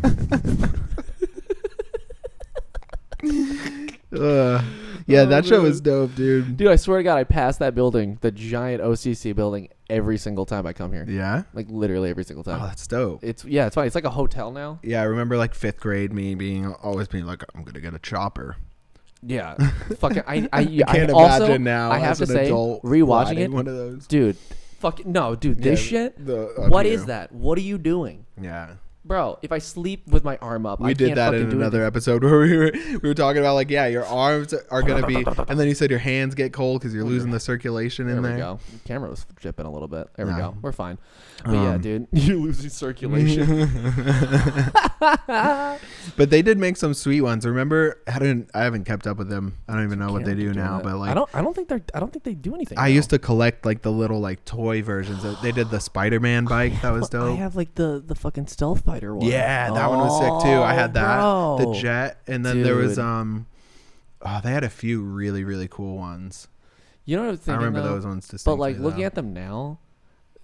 Speaker 1: Ugh. yeah,
Speaker 3: Oh,
Speaker 1: that show
Speaker 3: man.
Speaker 1: was dope, dude.
Speaker 3: Dude, I swear to God, I pass that building, the giant OCC building, every single time I come here.
Speaker 1: Yeah.
Speaker 3: Like literally every single
Speaker 1: Oh,
Speaker 3: time.
Speaker 1: that's dope.
Speaker 3: It's yeah, it's funny. It's like a hotel now.
Speaker 1: Yeah, I remember like fifth grade me being always being like, I'm gonna get a chopper. [laughs]
Speaker 3: Yeah, fucking. I I,
Speaker 1: You can't
Speaker 3: I also,
Speaker 1: imagine now.
Speaker 3: I have
Speaker 1: as
Speaker 3: to
Speaker 1: an
Speaker 3: say,
Speaker 1: adult
Speaker 3: rewatching
Speaker 1: riding
Speaker 3: it,
Speaker 1: one of those.
Speaker 3: dude. Fucking no, dude. This
Speaker 1: Yeah,
Speaker 3: shit.
Speaker 1: the- up
Speaker 3: what
Speaker 1: here.
Speaker 3: is that? What are you doing,
Speaker 1: Yeah.
Speaker 3: bro? If I sleep with my arm up,
Speaker 1: We
Speaker 3: I
Speaker 1: did
Speaker 3: can't
Speaker 1: that
Speaker 3: fucking
Speaker 1: in
Speaker 3: do
Speaker 1: another episode [laughs] where we were we were talking about like yeah your arms are gonna be and then you said your hands get cold because you're losing the circulation
Speaker 3: Anything.
Speaker 1: in
Speaker 3: There we
Speaker 1: there.
Speaker 3: go. Camera was dripping a little bit. There we
Speaker 1: No.
Speaker 3: go. We're fine. But yeah,
Speaker 1: Um,
Speaker 3: dude, [laughs] you losing circulation.
Speaker 1: [laughs] But they did make some sweet ones. Remember, I didn't I haven't kept up with them. I don't even know what they do now. But like
Speaker 3: I don't. I don't think they're. I don't think they do anything.
Speaker 1: I used to collect like the little like toy versions. Of, they did the Spider-Man bike that
Speaker 3: [laughs]
Speaker 1: was
Speaker 2: I
Speaker 1: dope.
Speaker 2: have like the the fucking stealth fighter one.
Speaker 1: Yeah, that one was sick too. I had that.
Speaker 2: Oh, bro.
Speaker 1: The jet, and then there was
Speaker 3: Dude.
Speaker 1: um, oh, they had a few really really cool ones.
Speaker 3: You know what I'm thinking?
Speaker 1: I remember
Speaker 3: though?
Speaker 1: those ones distinctly.
Speaker 3: But like looking
Speaker 1: though.
Speaker 3: at them now,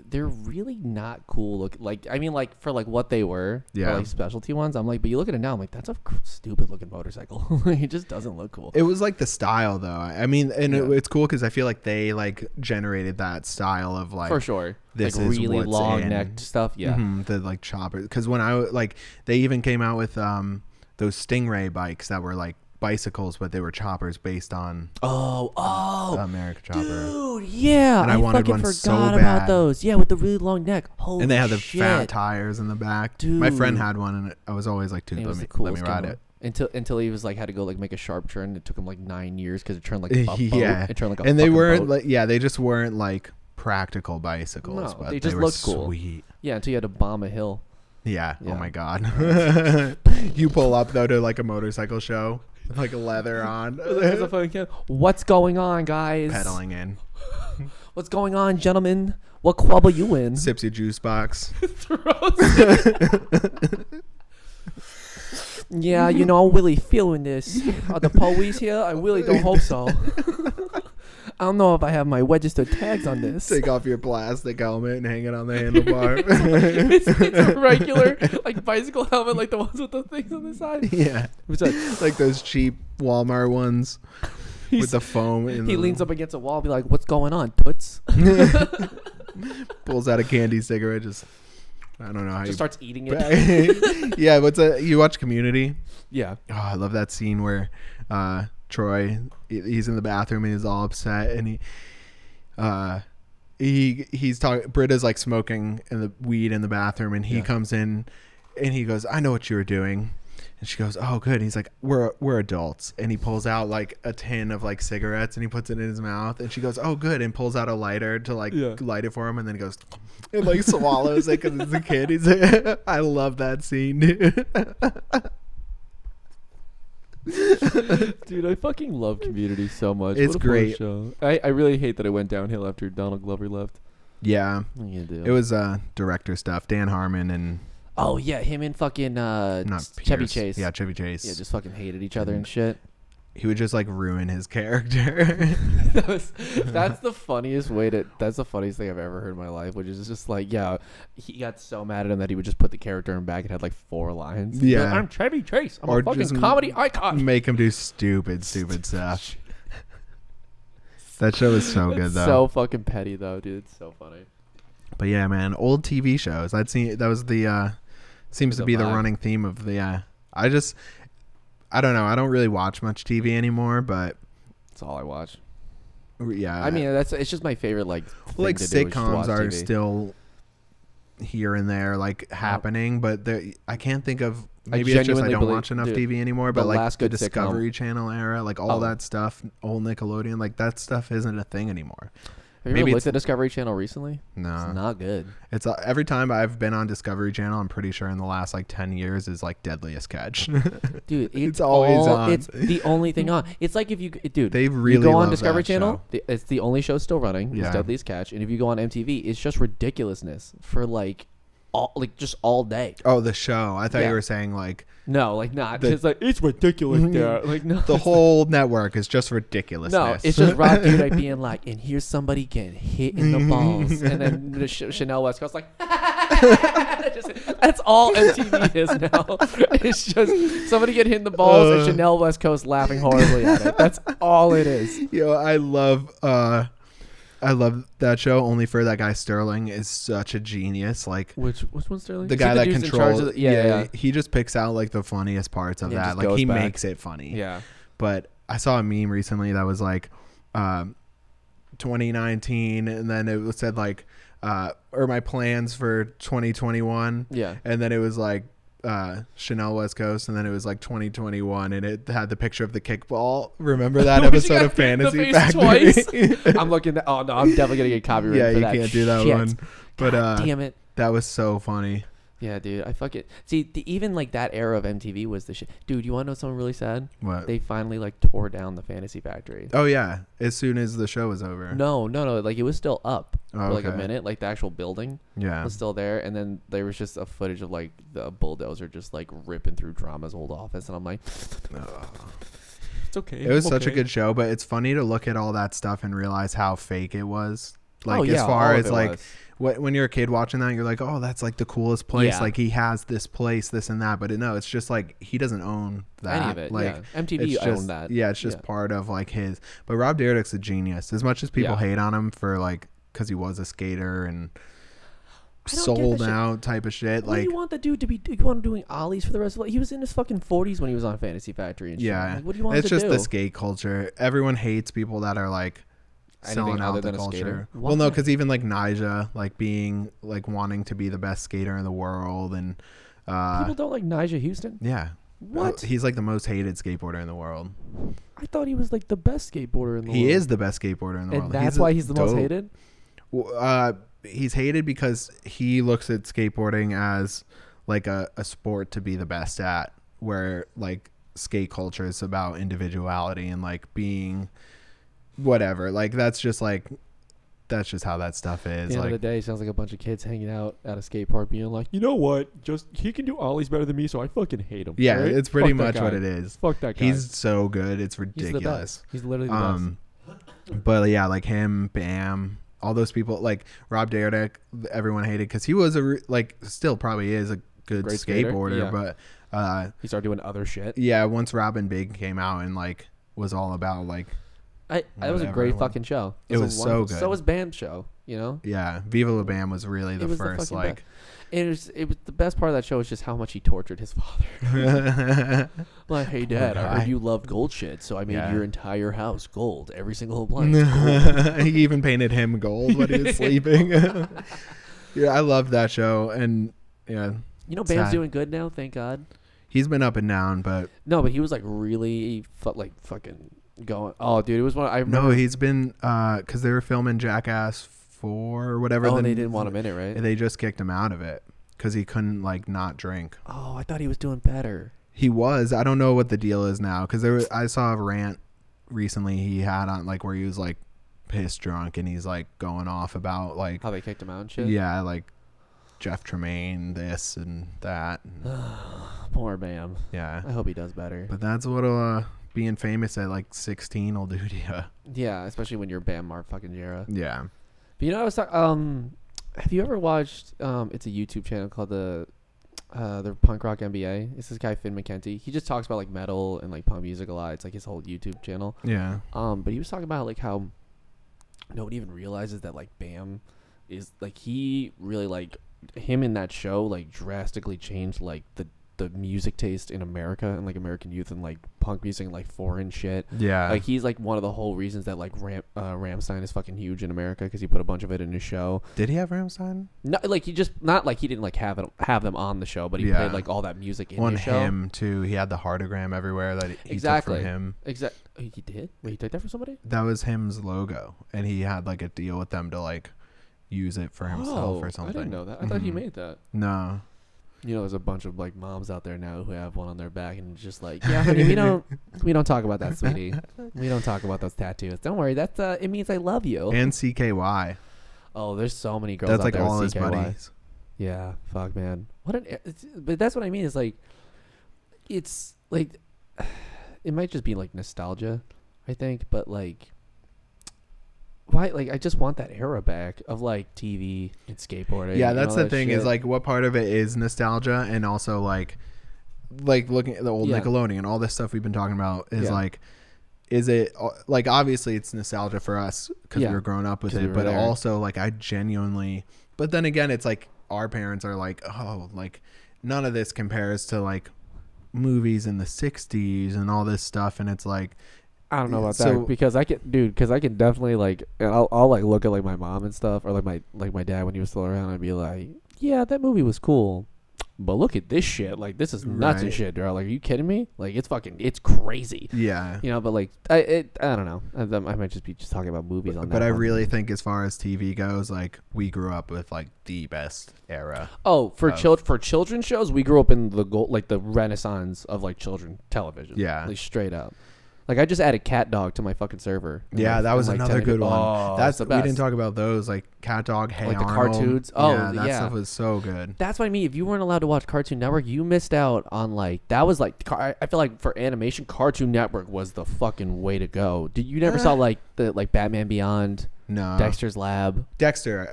Speaker 3: they're really not cool. Look, like I mean, like for like what they were, for,
Speaker 1: Yeah.
Speaker 3: like specialty ones. I'm like, but you look at it now, I'm like, that's a cr- stupid looking motorcycle. [laughs] Like, it just doesn't look cool.
Speaker 1: It was like the style, though. I mean, and it,
Speaker 3: Yeah.
Speaker 1: it's cool because I feel like they like generated that style of like
Speaker 3: for sure,
Speaker 1: this
Speaker 3: like
Speaker 1: is
Speaker 3: really
Speaker 1: what's
Speaker 3: long
Speaker 1: in.
Speaker 3: necked stuff. Yeah,
Speaker 1: mhm, the like chopper. Because when I w- like, they even came out with um those Stingray bikes that were like bicycles, but they were choppers based on
Speaker 2: Oh, oh,
Speaker 1: America Chopper.
Speaker 2: dude, yeah.
Speaker 1: And I
Speaker 2: I,
Speaker 1: wanted
Speaker 2: fucking
Speaker 1: one
Speaker 2: forgot
Speaker 1: so
Speaker 2: about
Speaker 1: bad.
Speaker 2: those. Yeah, with the really long neck. Holy
Speaker 1: And they had the
Speaker 2: shit.
Speaker 1: fat tires in the back. My friend
Speaker 2: Dude.
Speaker 1: had one, and I was always like, "Dude,
Speaker 3: It
Speaker 1: let
Speaker 3: was
Speaker 1: me
Speaker 3: the
Speaker 1: let me
Speaker 3: coolest
Speaker 1: ride
Speaker 3: camera.
Speaker 1: it."
Speaker 3: until until he was like had to go like make a sharp turn. It took him like nine years because it
Speaker 1: [laughs]
Speaker 3: turned like a boat.
Speaker 1: yeah,
Speaker 3: it turned like a
Speaker 1: and they
Speaker 3: fucking
Speaker 1: weren't
Speaker 3: boat.
Speaker 1: like yeah, they just weren't like practical bicycles,
Speaker 3: No,
Speaker 1: but
Speaker 3: they
Speaker 1: they,
Speaker 3: just
Speaker 1: were
Speaker 3: looked cool.
Speaker 1: sweet.
Speaker 3: yeah until you had to bomb a hill.
Speaker 1: Yeah.
Speaker 3: Yeah.
Speaker 1: Oh my
Speaker 3: [laughs]
Speaker 1: god. [laughs] you pull up though to like a motorcycle show, with, like leather on,
Speaker 3: [laughs]
Speaker 1: [laughs]
Speaker 3: There's a fucking kid. What's going on, guys?
Speaker 1: pedaling in,
Speaker 3: What's going on, gentlemen? What club are you in?
Speaker 1: sips your juice box.
Speaker 3: [laughs]
Speaker 1: [laughs]
Speaker 3: Yeah, you know, I'm really feeling this. Are the police here? I really don't
Speaker 1: [laughs]
Speaker 3: hope so. I don't know if I have my registered tags on this. [laughs]
Speaker 1: Take off your plastic helmet and hang it on the handlebar.
Speaker 3: [laughs] it's, it's
Speaker 1: [laughs]
Speaker 3: a regular like bicycle helmet, like the ones with the things on the side.
Speaker 1: yeah,
Speaker 3: What's that?
Speaker 1: like those cheap Walmart ones
Speaker 3: He's-
Speaker 1: with the foam. In
Speaker 3: He
Speaker 1: the-
Speaker 3: leans up against a wall, be like, "What's going on, toots?"
Speaker 1: [laughs] pulls out a candy cigarette. Just I don't know how [laughs]
Speaker 3: Just
Speaker 1: you.
Speaker 3: starts eating it.
Speaker 1: yeah, what's a you watch Community?
Speaker 3: [laughs] Yeah,
Speaker 1: Oh, I love that scene where uh, Troy he- he's in the bathroom and he's all upset and he uh, he he's talking. Britta's like smoking in the weed in the bathroom and he
Speaker 3: Yeah.
Speaker 1: comes in and he goes, "I know what you were doing." And she goes, "Oh, good." And he's like, "We're we're adults." And he pulls out like a tin of like cigarettes and he puts it in his mouth. And she goes, "Oh, good." And pulls out a lighter to like
Speaker 3: Yeah.
Speaker 1: light it for him. And then he goes [laughs] and like swallows it because it's a kid. He's like, [laughs] "I love that scene, [laughs] dude."
Speaker 3: dude, I fucking love Community so much.
Speaker 1: It's
Speaker 3: What a fun
Speaker 1: great.
Speaker 3: Show. I I really hate that it went downhill after Donald Glover left.
Speaker 1: yeah.
Speaker 3: What are you gonna do?
Speaker 1: It was uh, director stuff. Dan Harmon and
Speaker 3: oh yeah, him and fucking uh,
Speaker 1: not
Speaker 3: Chevy
Speaker 1: Pierce.
Speaker 3: Chase.
Speaker 1: Yeah, Mm-hmm. Chevy Chase.
Speaker 3: yeah, just fucking hated each other and shit. [laughs]
Speaker 1: he would just like ruin his character. [laughs]
Speaker 3: that was, that's the funniest way to. That's the funniest thing I've ever heard in my life, which is just like, yeah, he got so mad at him that he would just put the character in back and had like four lines. He'd be like,
Speaker 1: Yeah.
Speaker 3: I'm Chevy Chase. I'm
Speaker 1: Or
Speaker 3: a fucking
Speaker 1: just m-
Speaker 3: comedy icon.
Speaker 1: Make him do stupid, stupid
Speaker 3: [laughs]
Speaker 1: stuff. That show is so good
Speaker 3: It's
Speaker 1: though.
Speaker 3: so fucking petty though, dude. It's so funny.
Speaker 1: but yeah, man, old TV shows. I'd seen that was the uh, seems
Speaker 3: The
Speaker 1: to be the
Speaker 3: vibe.
Speaker 1: running theme of the. Uh, I just I don't know. I don't really watch much TV anymore, but
Speaker 3: That's all I watch.
Speaker 1: yeah,
Speaker 3: I mean, that's it's just my favorite like.
Speaker 1: Well, Uh, like
Speaker 3: thing to do is just
Speaker 1: sitcoms
Speaker 3: watch
Speaker 1: are
Speaker 3: TV.
Speaker 1: still here and there like happening but there i can't think of
Speaker 3: I
Speaker 1: maybe it's just i
Speaker 3: genuinely
Speaker 1: don't
Speaker 3: believe-
Speaker 1: watch enough
Speaker 3: dude,
Speaker 1: tv anymore
Speaker 3: the
Speaker 1: but like
Speaker 3: last
Speaker 1: the
Speaker 3: good sitcom-
Speaker 1: discovery channel era like all
Speaker 3: Oh.
Speaker 1: that stuff old nickelodeon like that stuff isn't a thing anymore
Speaker 3: Have you
Speaker 1: maybe
Speaker 3: ever
Speaker 1: it's-
Speaker 3: looked at Discovery Channel recently?
Speaker 1: no
Speaker 3: It's
Speaker 1: it's,
Speaker 3: not good.
Speaker 1: uh, every time i've been on discovery channel i'm pretty sure in the last like 10 years is like deadliest
Speaker 3: [laughs]
Speaker 1: catch
Speaker 2: Dude,
Speaker 1: it's always on.
Speaker 2: It's the only thing on. It's like if you, dude.
Speaker 1: they really
Speaker 3: you go
Speaker 1: love
Speaker 3: on Discovery
Speaker 1: that
Speaker 3: Channel,
Speaker 1: show.
Speaker 3: the, it's the only show still running. Yeah.
Speaker 1: Yeah.
Speaker 3: It's Deadliest Catch, and if you go on MTV, it's just ridiculousness for like all like just all day.
Speaker 1: oh the show i thought
Speaker 3: Yeah.
Speaker 1: you were saying
Speaker 3: [laughs]
Speaker 1: like
Speaker 3: No, like not.
Speaker 1: The-
Speaker 3: just like it's
Speaker 1: [laughs]
Speaker 3: ridiculous. There, like no,
Speaker 1: the whole network is just
Speaker 3: no,
Speaker 1: ridiculousness [laughs]
Speaker 3: it's just Rob Dyrdek being like, and here's somebody getting hit in the balls,
Speaker 1: [laughs]
Speaker 3: and then the Ch- Chanel West Coast like. [laughs] Just- that's all MTV is now. [laughs] It's just somebody get hit in the balls and
Speaker 1: Uh.
Speaker 3: Chanel West Coast laughing horribly at it. That's all it is.
Speaker 1: Yo, I love uh I love that show only for that guy Sterling is such a genius. Like
Speaker 3: Which which one's Sterling?
Speaker 1: the
Speaker 3: Is
Speaker 1: guy
Speaker 3: he
Speaker 1: that
Speaker 3: dude's in charge
Speaker 1: controls
Speaker 3: of the- yeah, yeah, yeah.
Speaker 1: he just picks out like the funniest parts of
Speaker 3: Yeah,
Speaker 1: that.
Speaker 3: just
Speaker 1: Like
Speaker 3: goes
Speaker 1: he
Speaker 3: back.
Speaker 1: makes it funny.
Speaker 3: Yeah.
Speaker 1: But I saw a meme recently that was like um 2019 and then it was said like uh or my plans for 2021
Speaker 3: Yeah.
Speaker 1: and then it was like uh Chanel West Coast and then it was like 2021 and it had the picture of the kickball. Remember
Speaker 3: [laughs]
Speaker 1: that
Speaker 3: She
Speaker 1: episode
Speaker 3: got
Speaker 1: of
Speaker 3: hit in the
Speaker 1: Fantasy
Speaker 3: face
Speaker 1: Factory? [laughs]
Speaker 3: I'm looking. At, oh no, I'm definitely gonna get copyrighted.
Speaker 1: yeah,
Speaker 3: for
Speaker 1: you
Speaker 3: that.
Speaker 1: can't do that
Speaker 3: Shit.
Speaker 1: one. But
Speaker 3: God
Speaker 1: uh,
Speaker 3: damn it.
Speaker 1: that was so funny.
Speaker 3: Yeah, dude, I fucking see. The, even like that era of MTV was the shit. Dude, you want to know something really sad?
Speaker 1: What?
Speaker 3: They finally like tore down the Fantasy Factory.
Speaker 1: oh yeah, as soon as the show was over.
Speaker 3: No, no, no. Like it was still up
Speaker 1: Oh,
Speaker 3: for like a
Speaker 1: okay.
Speaker 3: minute. Like the actual building
Speaker 1: Yeah.
Speaker 3: was still there, and then there was just a footage of like the bulldozer just like ripping through Drama's old office, and I'm like, it's okay.
Speaker 1: It was such a good show, but it's funny to look at all that stuff and realize how fake it was. Like
Speaker 3: Oh, yeah,
Speaker 1: as far
Speaker 3: all of
Speaker 1: as
Speaker 3: it
Speaker 1: like
Speaker 3: was.
Speaker 1: wh- when you're a kid watching that, you're like, oh, that's like the coolest place.
Speaker 3: Yeah.
Speaker 1: Like he has this place, this and that. But it, no, it's just like he doesn't own that.
Speaker 3: Any of it,
Speaker 1: Like
Speaker 3: yeah. MTV
Speaker 1: it's
Speaker 3: owned
Speaker 1: just-
Speaker 3: that.
Speaker 1: Yeah, it's just
Speaker 3: Yeah.
Speaker 1: part of like his. But Rob Derek's a genius. As much as people
Speaker 3: Yeah.
Speaker 1: hate on him for like because he was a skater and
Speaker 3: I don't get
Speaker 1: sold
Speaker 3: that shit.
Speaker 1: out type of shit.
Speaker 3: what do
Speaker 1: Like,
Speaker 3: you want the dude to be? You want him doing ollies for the rest of? He was in his fucking forties when he was on Fantasy Factory. And shit.
Speaker 1: yeah,
Speaker 3: Like, what do you want
Speaker 1: it's
Speaker 3: him to
Speaker 1: just
Speaker 3: do?
Speaker 1: this gay culture. Everyone hates people that are like selling
Speaker 5: Anything
Speaker 1: out
Speaker 5: other
Speaker 1: the
Speaker 5: than a
Speaker 1: culture.
Speaker 5: skater?
Speaker 1: Well, no,
Speaker 3: Why?
Speaker 1: because even like Nija, like being like wanting to be the best skater in the world, and uh,
Speaker 3: People don't like Nigel Houston.
Speaker 1: yeah,
Speaker 3: What?
Speaker 1: Uh, he's like the most hated skateboarder in the world.
Speaker 3: I thought he was like the best skateboarder in the
Speaker 1: He
Speaker 3: world.
Speaker 1: is the best skateboarder in the
Speaker 3: and
Speaker 1: world.
Speaker 3: that's
Speaker 1: a
Speaker 3: why he's the most
Speaker 1: dope.
Speaker 3: hated.
Speaker 1: Well, Uh, he's hated because he looks at skateboarding as like a, a sport to be the best at, where like skate culture is about individuality and like being whatever. Like that's just like that's just how that stuff
Speaker 3: At
Speaker 1: is.
Speaker 3: the end
Speaker 1: Like
Speaker 3: of the day, it sounds like a bunch of kids hanging out at a skate park, being like, "You know what? Just he can do ollies better than me, so I fucking hate him."
Speaker 1: yeah,
Speaker 3: right?
Speaker 1: it's pretty
Speaker 3: Fuck that
Speaker 1: much what
Speaker 3: guy.
Speaker 1: it is.
Speaker 3: Fuck that guy.
Speaker 1: He's so good, it's
Speaker 3: He's the best.
Speaker 1: ridiculous.
Speaker 3: He's literally the
Speaker 1: um, but yeah, like him, Bam, all those people, like Rob Dyrdek, everyone hated because he was a re- like still probably is a good
Speaker 5: Great skater,
Speaker 1: skateboarder,
Speaker 5: yeah.
Speaker 1: but uh,
Speaker 5: He started doing other shit.
Speaker 1: yeah, once Robin Big came out and like was all about like
Speaker 3: best. I, that was a
Speaker 1: whatever,
Speaker 3: great
Speaker 1: like-
Speaker 3: fucking show.
Speaker 1: It
Speaker 3: a
Speaker 1: was so
Speaker 3: wonderful-
Speaker 1: good.
Speaker 3: So was Bam's show. You know,
Speaker 1: yeah, Viva La Bam was really the
Speaker 3: was the
Speaker 1: first
Speaker 3: fucking
Speaker 1: like
Speaker 3: it was. It was the best part of that show was just how much he tortured his [laughs] father.
Speaker 1: [laughs]
Speaker 3: Like, hey dad, I
Speaker 1: guy.
Speaker 3: heard you loved gold shit, so I made
Speaker 1: Yeah.
Speaker 3: your entire house gold,
Speaker 1: [laughs]
Speaker 3: every single appliance. gold.
Speaker 1: he even painted him gold when he was sleeping. [laughs] yeah, I loved that show and yeah,
Speaker 3: You know, Bam's
Speaker 1: Sad.
Speaker 3: doing good now, thank God.
Speaker 1: he's been up and down, but
Speaker 3: No, but he was like really fu- like fucking going. Oh, dude, it was one. I remember.
Speaker 1: No, he's been because they were filming Jackass four or whatever.
Speaker 3: oh,
Speaker 1: then
Speaker 3: and they didn't want him in it, right?
Speaker 1: They just kicked him out of it because he couldn't like not drink.
Speaker 3: Oh, I thought he was doing better.
Speaker 1: He was. I don't know what the deal is now because there. Was, I saw a rant recently he had on like where he was like pissed drunk and he's like going off about like
Speaker 3: How they kicked him out and shit.
Speaker 1: yeah like Jeff Tremaine this and that
Speaker 3: Oh, Poor Bam.
Speaker 1: yeah.
Speaker 3: I hope he does better.
Speaker 1: But that's what uh, being famous at like sixteen will do to you.
Speaker 3: yeah, especially when you're Bam Mark fucking Jera.
Speaker 1: Yeah.
Speaker 3: But you know, I was talking. Um, have you ever watched? Um, it's a YouTube channel called the. Uh, the punk rock NBA. It's this guy Finn McKenty. He just talks about like metal and like punk music a lot. It's like his whole YouTube channel.
Speaker 1: Yeah.
Speaker 3: Um, but he was talking about like how nobody even realizes that like Bam is like he really like him in that show like drastically changed like the the music taste in America and like American youth and like punk music and like foreign shit.
Speaker 1: Yeah.
Speaker 3: Like he's like one of the whole reasons that like Ram uh, Ramstein is fucking huge in America because he put a bunch of it in his show.
Speaker 1: Did he have Ramstein?
Speaker 3: No, like he just not like he didn't like have it have them on the show, but he
Speaker 1: Yeah.
Speaker 3: played like all that music in
Speaker 1: on
Speaker 3: his show.
Speaker 1: him too. He had the heartogram everywhere that he exactly.
Speaker 3: Exactly.
Speaker 1: took from him.
Speaker 3: Exactly. He did. Wait, he did that for somebody?
Speaker 1: That was him's logo, and he had like a deal with them to like use it for himself
Speaker 3: Oh,
Speaker 1: or something.
Speaker 3: I didn't know that. I thought he
Speaker 1: Mhm.
Speaker 3: made that.
Speaker 1: No,
Speaker 3: you know, there's a bunch of like moms out there now who have one on their back and it's just like, yeah, honey, we don't, we don't talk about that, sweetie. We don't talk about those tattoos. Don't worry, that's uh, it means I love you.
Speaker 1: and CKY.
Speaker 3: oh, there's so many girls.
Speaker 1: That's
Speaker 3: out
Speaker 1: like
Speaker 3: there with
Speaker 1: all his
Speaker 3: CKY.
Speaker 1: buddies.
Speaker 3: Yeah, fuck, man. What an, eh, it's, but that's what I mean. Is like, it's like, [sighs] it might just be like nostalgia, I think. But like, why? Like, I just want that era back of like TV and skateboarding.
Speaker 1: Yeah,
Speaker 3: and
Speaker 1: that's
Speaker 3: all
Speaker 1: the
Speaker 3: that
Speaker 1: thing is
Speaker 3: shit.
Speaker 1: like what part of it is nostalgia and also like like looking at the old
Speaker 3: Yeah.
Speaker 1: Nickelodeon, all this stuff we've been talking about is
Speaker 3: Yeah.
Speaker 1: like is it uh, like obviously it's nostalgia for us because
Speaker 3: Yeah.
Speaker 1: we were growing up with
Speaker 3: 'Cause we
Speaker 1: it,
Speaker 3: were
Speaker 1: but
Speaker 3: there.
Speaker 1: also like I genuinely. But then again, it's like our parents are like, oh, like none of this compares to like movies in the '60s and all this stuff, and it's like
Speaker 3: I don't know
Speaker 1: Yeah,
Speaker 3: about
Speaker 1: so-
Speaker 3: that because I can, dude, because I can definitely like, and I'll, I'll like look at like my mom and stuff, or like my like my dad when he was still around. I'd be like, yeah, that movie was cool, but look at this shit. Like this is nuts and
Speaker 1: Right.
Speaker 3: shit, bro. Like, are you kidding me? Like it's fucking, it's crazy.
Speaker 1: yeah.
Speaker 3: You know, but like, I it, I don't know. I, I might just be just talking about movies on that.
Speaker 1: But I
Speaker 3: one.
Speaker 1: really think as far as TV goes, like we grew up with like the best era.
Speaker 3: oh for
Speaker 1: of-
Speaker 3: chil- for children's shows, we grew up in the gold, like the renaissance of like children television.
Speaker 1: Yeah.
Speaker 3: like straight up. Like I just added cat dog to my fucking server. and,
Speaker 1: Yeah,
Speaker 3: like-
Speaker 1: that
Speaker 3: and,
Speaker 1: was
Speaker 3: like,
Speaker 1: another
Speaker 3: telling
Speaker 1: good
Speaker 3: people-
Speaker 1: one.
Speaker 3: Oh,
Speaker 1: that's
Speaker 3: it's the
Speaker 1: we
Speaker 3: best.
Speaker 1: didn't talk about those like Cat Dog, Hey
Speaker 3: Like the
Speaker 1: Arnold.
Speaker 3: cartoons? Oh,
Speaker 1: that
Speaker 3: yeah.
Speaker 1: stuff was so good.
Speaker 3: That's what I mean. If you weren't allowed to watch Cartoon Network, you missed out on like that was like car- I- I feel like for animation, Cartoon Network was the fucking way to go. Did you never
Speaker 1: Uh.
Speaker 3: saw like the like Batman Beyond,
Speaker 1: No, Dexter.
Speaker 3: Dexter's Lab?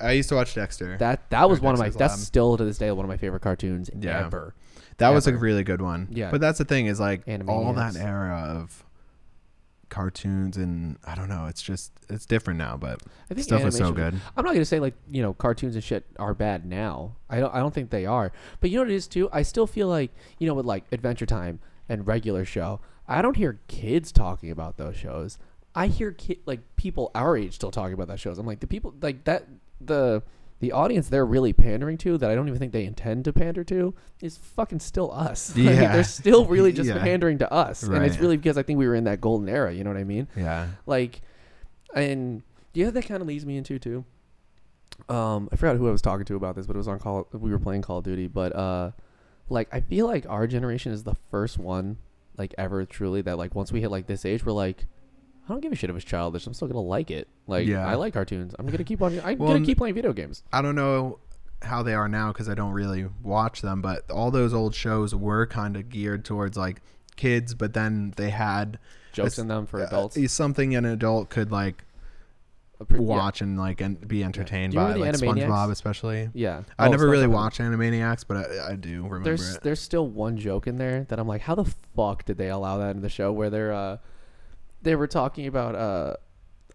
Speaker 1: I used to watch Dexter. That,
Speaker 3: That that was
Speaker 1: Or
Speaker 3: one of my
Speaker 1: Dexter's
Speaker 3: that's
Speaker 1: Lab.
Speaker 3: still to this day one of my favorite cartoons
Speaker 1: Yeah.
Speaker 3: ever.
Speaker 1: was a
Speaker 3: ever.
Speaker 1: really good one.
Speaker 3: Yeah.
Speaker 1: but that's the thing is like all that
Speaker 3: Animaniacs.
Speaker 1: era of cartoons and I don't know. It's just it's different now, but
Speaker 3: I think
Speaker 1: stuff was so
Speaker 3: animation-
Speaker 1: good.
Speaker 3: I'm not gonna say like you know cartoons and shit are bad now. I don't. I don't think they are. But you know what it is too. I still feel like you know with like Adventure Time and regular show. I don't hear kids talking about those shows. I hear ki- like people our age still talking about those shows. I'm like the people like that the the audience they're really pandering to that I don't even think they intend to pander to is fucking still us. [laughs] Like,
Speaker 1: Yeah.
Speaker 3: they're still
Speaker 1: [laughs]
Speaker 3: really just
Speaker 1: Yeah.
Speaker 3: pandering to us, and it's
Speaker 1: Right.
Speaker 3: really because I think we were in that golden era. You know what I mean?
Speaker 1: Yeah.
Speaker 3: like and do you know what that kind of leads me into too um i forgot who i was talking to about this but it was on call we were playing call of duty but uh like i feel like our generation is the first one like ever truly that like once we hit like this age we're like i don't give a shit if it's childish i'm still gonna like it like
Speaker 1: Yeah.
Speaker 3: i like cartoons i'm
Speaker 1: [laughs]
Speaker 3: gonna keep watching i'm
Speaker 1: Well,
Speaker 3: gonna
Speaker 1: and-
Speaker 3: keep playing video games
Speaker 1: I don't know how they are now because I don't really watch them, but all those old shows were kind of geared towards like kids, but then they had
Speaker 3: jokes in them for
Speaker 1: uh,
Speaker 3: adults
Speaker 1: something an adult could like
Speaker 3: Appre- yeah.
Speaker 1: watch and like and be entertained
Speaker 3: Do you
Speaker 1: by,
Speaker 3: remember
Speaker 1: like
Speaker 3: the Animaniacs?
Speaker 1: SpongeBob, especially.
Speaker 3: yeah
Speaker 1: I
Speaker 3: Oh,
Speaker 1: never really
Speaker 3: SpongeBob.
Speaker 1: watched Animaniacs, but I, I do remember
Speaker 3: there's
Speaker 1: it.
Speaker 3: there's still one joke in there that I'm like, how the fuck did they allow that in the show where they're uh they were talking about uh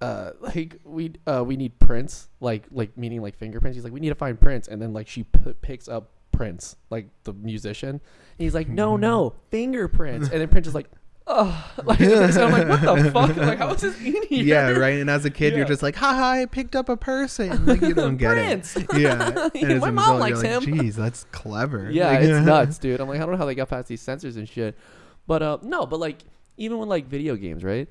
Speaker 3: uh like we uh we need prints like like meaning like fingerprints. He's like we need to find prints, and then like she p- picks up Prince like the musician, and he's like,
Speaker 1: [laughs]
Speaker 3: no no fingerprints, and then Prince is like. Oh, [laughs] like, so I'm like, what the fuck? Like, how is this in here?
Speaker 1: Yeah, right. And as a kid,
Speaker 3: [laughs] Yeah.
Speaker 1: you're just like, "Ha ha! I picked up a person." Like
Speaker 3: [laughs]
Speaker 1: you don't get
Speaker 3: Prince.
Speaker 1: it. [laughs]
Speaker 3: [laughs]
Speaker 1: Yeah,
Speaker 3: Yeah,
Speaker 1: And as
Speaker 3: my
Speaker 1: an
Speaker 3: mom
Speaker 1: adult, you're
Speaker 3: likes
Speaker 1: like,
Speaker 3: him.
Speaker 1: Jeez, that's clever.
Speaker 3: Yeah,
Speaker 1: Like, [laughs]
Speaker 3: it's nuts, dude. I'm like, I don't know how they got past these sensors and shit. But uh, no, but like even when like video games, right?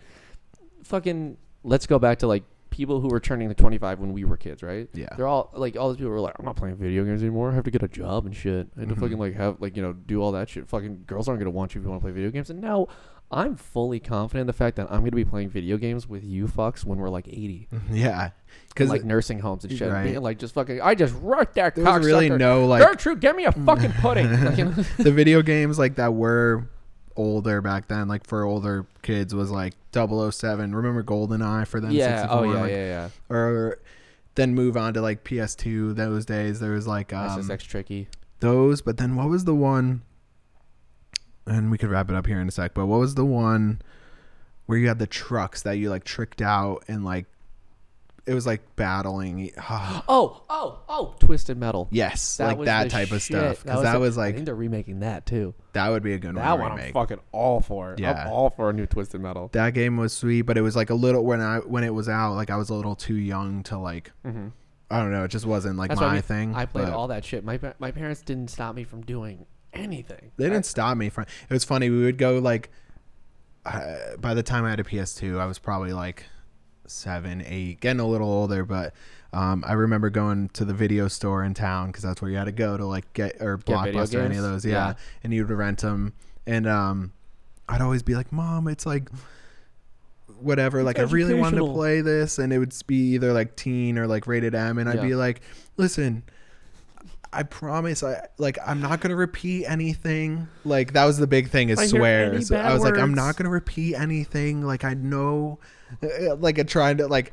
Speaker 3: Fucking let's go back to like people who were turning to 25 when we were kids, right?
Speaker 1: Yeah.
Speaker 3: They're all like all these people were like, I'm not playing video games anymore. I have to get a job and shit. I
Speaker 1: Mm-hmm.
Speaker 3: have to fucking like have like you know do all that shit. Fucking girls aren't gonna want you if you want to play video games. And now I'm fully confident in the fact that I'm gonna be playing video games with you fucks when we're like 80.
Speaker 1: Yeah,
Speaker 3: in,
Speaker 1: because
Speaker 3: Like nursing homes and shit,
Speaker 1: Right.
Speaker 3: being like just fucking. I just wrote that.
Speaker 1: there was really
Speaker 3: cocksucker.
Speaker 1: no like Mm.
Speaker 3: Gertrude, get me a fucking
Speaker 1: [laughs]
Speaker 3: pudding. [laughs] Like, you know?
Speaker 1: the video games like that were older back then, like for older kids was like 007. Remember GoldenEye for them?
Speaker 3: yeah. Oh yeah,
Speaker 1: like,
Speaker 3: yeah, yeah.
Speaker 1: Or then move on to like PS2. Those days there was like um,
Speaker 3: SSX tricky.
Speaker 1: those, but then what was the one? And we could wrap it up here in a sec. But what was the one where you had the trucks that you like tricked out and like it was like battling? e-,
Speaker 3: Oh, oh, oh! Twisted metal.
Speaker 1: [sighs] yes, like
Speaker 3: was
Speaker 1: that
Speaker 3: the
Speaker 1: type of
Speaker 3: shit.
Speaker 1: stuff. Because that,
Speaker 3: the-
Speaker 1: was
Speaker 3: I think
Speaker 1: like
Speaker 3: they're remaking that too.
Speaker 1: that would be a good
Speaker 3: That
Speaker 1: one.
Speaker 3: one
Speaker 1: to
Speaker 3: I'm
Speaker 1: remake.
Speaker 3: fucking all for.
Speaker 1: Yeah.
Speaker 3: I'm all for a new twisted metal.
Speaker 1: that game was sweet, but it was like a little when I when it was out, like I was a little too young to like. I don't know. It just wasn't like
Speaker 3: Mm-hmm. That's why
Speaker 1: my
Speaker 3: we-
Speaker 1: thing.
Speaker 3: I played
Speaker 1: but
Speaker 3: all that shit. My pa- my parents didn't stop me from doing anything.
Speaker 1: They didn't stop me from. It was funny. We would go like. Uh, by the time I had a PS2, I was probably like seven, eight, getting a little older. But um, I remember going to the video store in town because that's where you had to go to like get or
Speaker 3: video
Speaker 1: Blockbuster, any
Speaker 3: games?
Speaker 1: of those. Yeah,
Speaker 3: Yeah.
Speaker 1: and you'd rent them. And um, I'd always be like, "Mom, it's like." Whatever, like I really wanted to
Speaker 3: educational.
Speaker 1: play this, and it would be either like teen or like rated M, and I'd
Speaker 3: Yeah.
Speaker 1: be like, "Listen, I promise I like I'm not gonna repeat anything. Like that was the big thing is
Speaker 3: I hear any
Speaker 1: swears.
Speaker 3: bad
Speaker 1: I was like, I'm
Speaker 3: words.
Speaker 1: not gonna repeat anything. Like I know uh, like a trying to like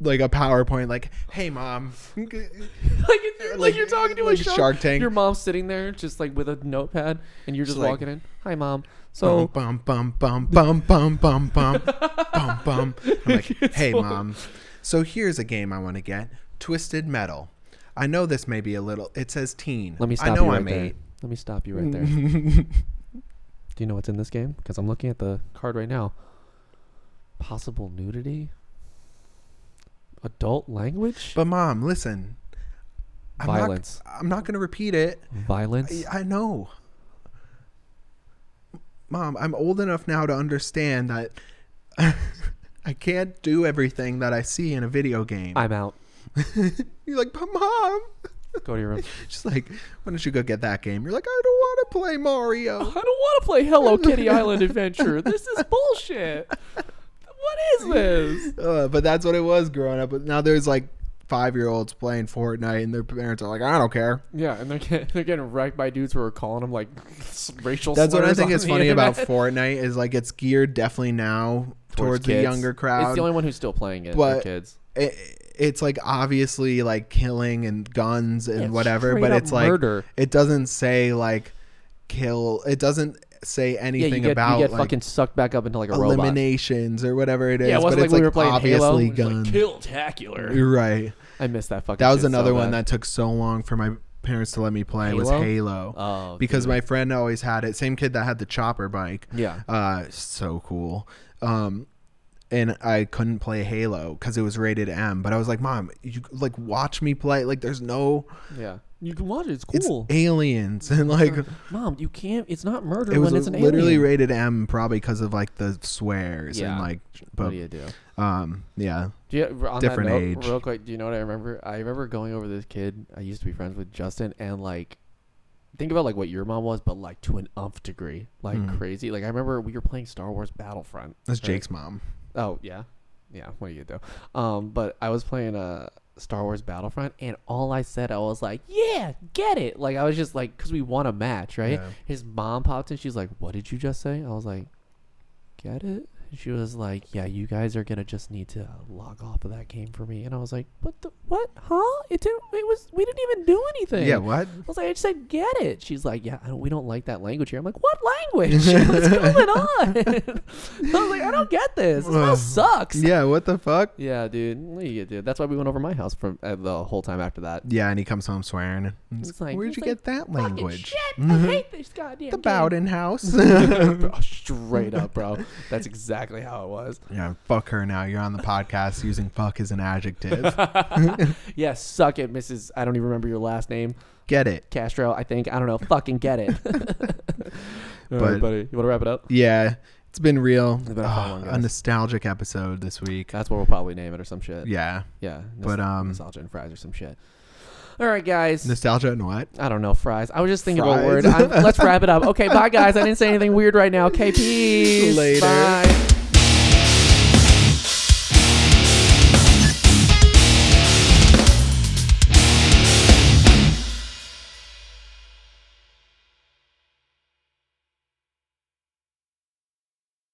Speaker 1: like a PowerPoint, like, hey mom.
Speaker 3: [laughs] like, if you're, like,
Speaker 1: Like-
Speaker 3: you're talking to
Speaker 1: like
Speaker 3: a shark,
Speaker 1: Shark Tank.
Speaker 3: Your mom's sitting there just like with a notepad, and you're just
Speaker 1: like- Oh.
Speaker 3: walking in. Hi, mom. So
Speaker 1: bum bum bum bum bum bum
Speaker 3: [laughs]
Speaker 1: bum bum bum. I'm like, hey mom. So here's a game I want to get. Twisted Metal. I know this may be a little it says teen.
Speaker 3: let me stop
Speaker 1: I know
Speaker 3: you right
Speaker 1: I'm
Speaker 3: there.
Speaker 1: eight. Mm.
Speaker 3: Let me stop you right
Speaker 1: [laughs]
Speaker 3: there. Do you know what's in this game? Because I'm looking at the card right now. Possible nudity? Adult language?
Speaker 1: But mom, listen. I'm not-
Speaker 3: Violence.
Speaker 1: I'm not going to repeat it.
Speaker 3: Violence?
Speaker 1: I, I know. Mom, I'm old enough now to understand that [laughs] I can't do everything that I see in a video game.
Speaker 3: I'm out.
Speaker 1: You're like, but mom.
Speaker 3: Go to your
Speaker 1: [laughs]
Speaker 3: room.
Speaker 1: She's like, why don't you go get that game? You're like, I don't want to play Mario.
Speaker 3: I don't want to play Hello Kitty Island Adventure.
Speaker 1: [laughs]
Speaker 3: This is bullshit. What is this?
Speaker 1: Uh, but that's what it was growing up. But now there's like five year olds playing Fortnite, and their parents are like, I don't care.
Speaker 3: Yeah, and they're getting, they're getting wrecked by dudes who are calling them like racial
Speaker 1: That's what I
Speaker 3: slurs
Speaker 1: think
Speaker 3: on
Speaker 1: is
Speaker 3: the
Speaker 1: funny
Speaker 3: [laughs]
Speaker 1: about
Speaker 3: internet.
Speaker 1: Fortnite is like it's geared definitely now towards, the
Speaker 3: kids.
Speaker 1: younger crowd.
Speaker 3: It's the only one who's still playing it. for
Speaker 1: But-
Speaker 3: kids.
Speaker 1: it, it's like obviously like killing and guns and
Speaker 3: Yeah,
Speaker 1: whatever,
Speaker 3: straight
Speaker 1: but
Speaker 3: up
Speaker 1: it's like
Speaker 3: murder.
Speaker 1: it doesn't say like kill. It doesn't say
Speaker 3: Yeah,
Speaker 1: anything
Speaker 3: you get,
Speaker 1: about
Speaker 3: you get
Speaker 1: like
Speaker 3: fucking sucked back up into like a robot.
Speaker 1: eliminations or whatever it is.
Speaker 3: Yeah, it
Speaker 1: but
Speaker 3: wasn't
Speaker 1: it's
Speaker 3: like we were playing Halo,
Speaker 1: obviously
Speaker 3: which is like,
Speaker 1: guns.
Speaker 6: Kill-tacular.
Speaker 1: You're right.
Speaker 3: [laughs] I missed that fucking.
Speaker 1: That was
Speaker 3: shit
Speaker 1: another
Speaker 3: so
Speaker 1: one that
Speaker 3: bad.
Speaker 1: took so long for my parents to let me play was
Speaker 3: Halo?
Speaker 1: Halo.
Speaker 3: Oh,
Speaker 1: because
Speaker 3: dude.
Speaker 1: my friend always had it. Same kid that had the chopper bike.
Speaker 3: yeah,
Speaker 1: Uh, so cool. Um, and I couldn't play Halo because it was rated M. But I was like, Mom, you like watch me play. Like, there's no,
Speaker 3: yeah. You can watch it. It's
Speaker 1: it's [laughs]
Speaker 3: cool.
Speaker 1: aliens, and like
Speaker 3: Mom, you can't. It's not murder
Speaker 1: it was
Speaker 3: when it's an
Speaker 1: literally
Speaker 3: alien.
Speaker 1: rated M, probably because of like the swears
Speaker 3: Yeah.
Speaker 1: and like,
Speaker 3: what
Speaker 1: but
Speaker 3: do you do?
Speaker 1: um, yeah,
Speaker 3: Do you, on
Speaker 1: Different
Speaker 3: that note,
Speaker 1: age.
Speaker 3: Real quick, do you know what I remember? I remember going over this kid I used to be friends with, Justin, and like, think about like what your mom was, but like to an umph degree, like
Speaker 1: Mhm.
Speaker 3: crazy. Like I remember we were playing Star Wars Battlefront.
Speaker 1: that's
Speaker 3: right?
Speaker 1: Jake's mom.
Speaker 3: Oh yeah, yeah. What do you do? Um, but I was playing uh, Star Wars Battlefront, and all I said I was like, "Yeah, get it!" Like I was just like, "Cause we won a match, right?"
Speaker 1: Yeah.
Speaker 3: His mom popped in. She's like, "What did you just say?" I was like, "Get it." And She was like, "Yeah, you guys are gonna just need to log off of that game for me." And I was like, "What the what? Huh? It didn't. It was. We didn't even do anything."
Speaker 1: Yeah, what?
Speaker 3: I was like, I just said, get it. She's like, yeah, I don't, we don't like that language here. I'm like, what language? [laughs]
Speaker 1: [laughs]
Speaker 3: What's going on? [laughs] I was like, I don't get this. This house sucks. Yeah.
Speaker 1: Yeah, what the fuck?
Speaker 3: dude. What do you get, dude? That's why we went over my house from uh, the whole time after that.
Speaker 1: Yeah, and he comes home swearing. It's
Speaker 3: It's like,
Speaker 1: Where'd
Speaker 3: it's
Speaker 1: you
Speaker 3: like,
Speaker 1: get that
Speaker 3: "Fucking
Speaker 1: language? Mm-hmm.
Speaker 3: Shit, I hate this goddamn
Speaker 1: The
Speaker 3: game." [laughs]
Speaker 1: [laughs] Bowden house.
Speaker 3: Bro, straight up, bro. That's exactly how it was.
Speaker 1: [laughs]
Speaker 3: [laughs]
Speaker 1: yeah, fuck her now. You're on the podcast using fuck as an adjective. [laughs]
Speaker 3: Yeah, suck it, Mrs. I don't even remember your last name.
Speaker 1: Get it.
Speaker 3: Castro, I think. I don't know. Fucking
Speaker 1: [laughs]
Speaker 3: get it. All right,
Speaker 1: But-
Speaker 3: buddy. You want to wrap it up?
Speaker 1: Yeah, it's been real.
Speaker 3: been a fun
Speaker 1: Ah,
Speaker 3: one,
Speaker 1: a
Speaker 3: guys.
Speaker 1: nostalgic episode this week.
Speaker 3: That's what we'll probably name it or some shit.
Speaker 1: Yeah,
Speaker 3: Yeah,
Speaker 1: But,
Speaker 3: nos-
Speaker 1: um,
Speaker 3: nostalgia and fries or some shit. All right, guys.
Speaker 1: nostalgia and what?
Speaker 3: I don't know fries. I was just thinking about
Speaker 1: Fries. [laughs]
Speaker 3: word. I'm, let's wrap it up. Okay, bye guys. I didn't say anything weird right now. Okay, peace.
Speaker 1: Later.
Speaker 3: Bye.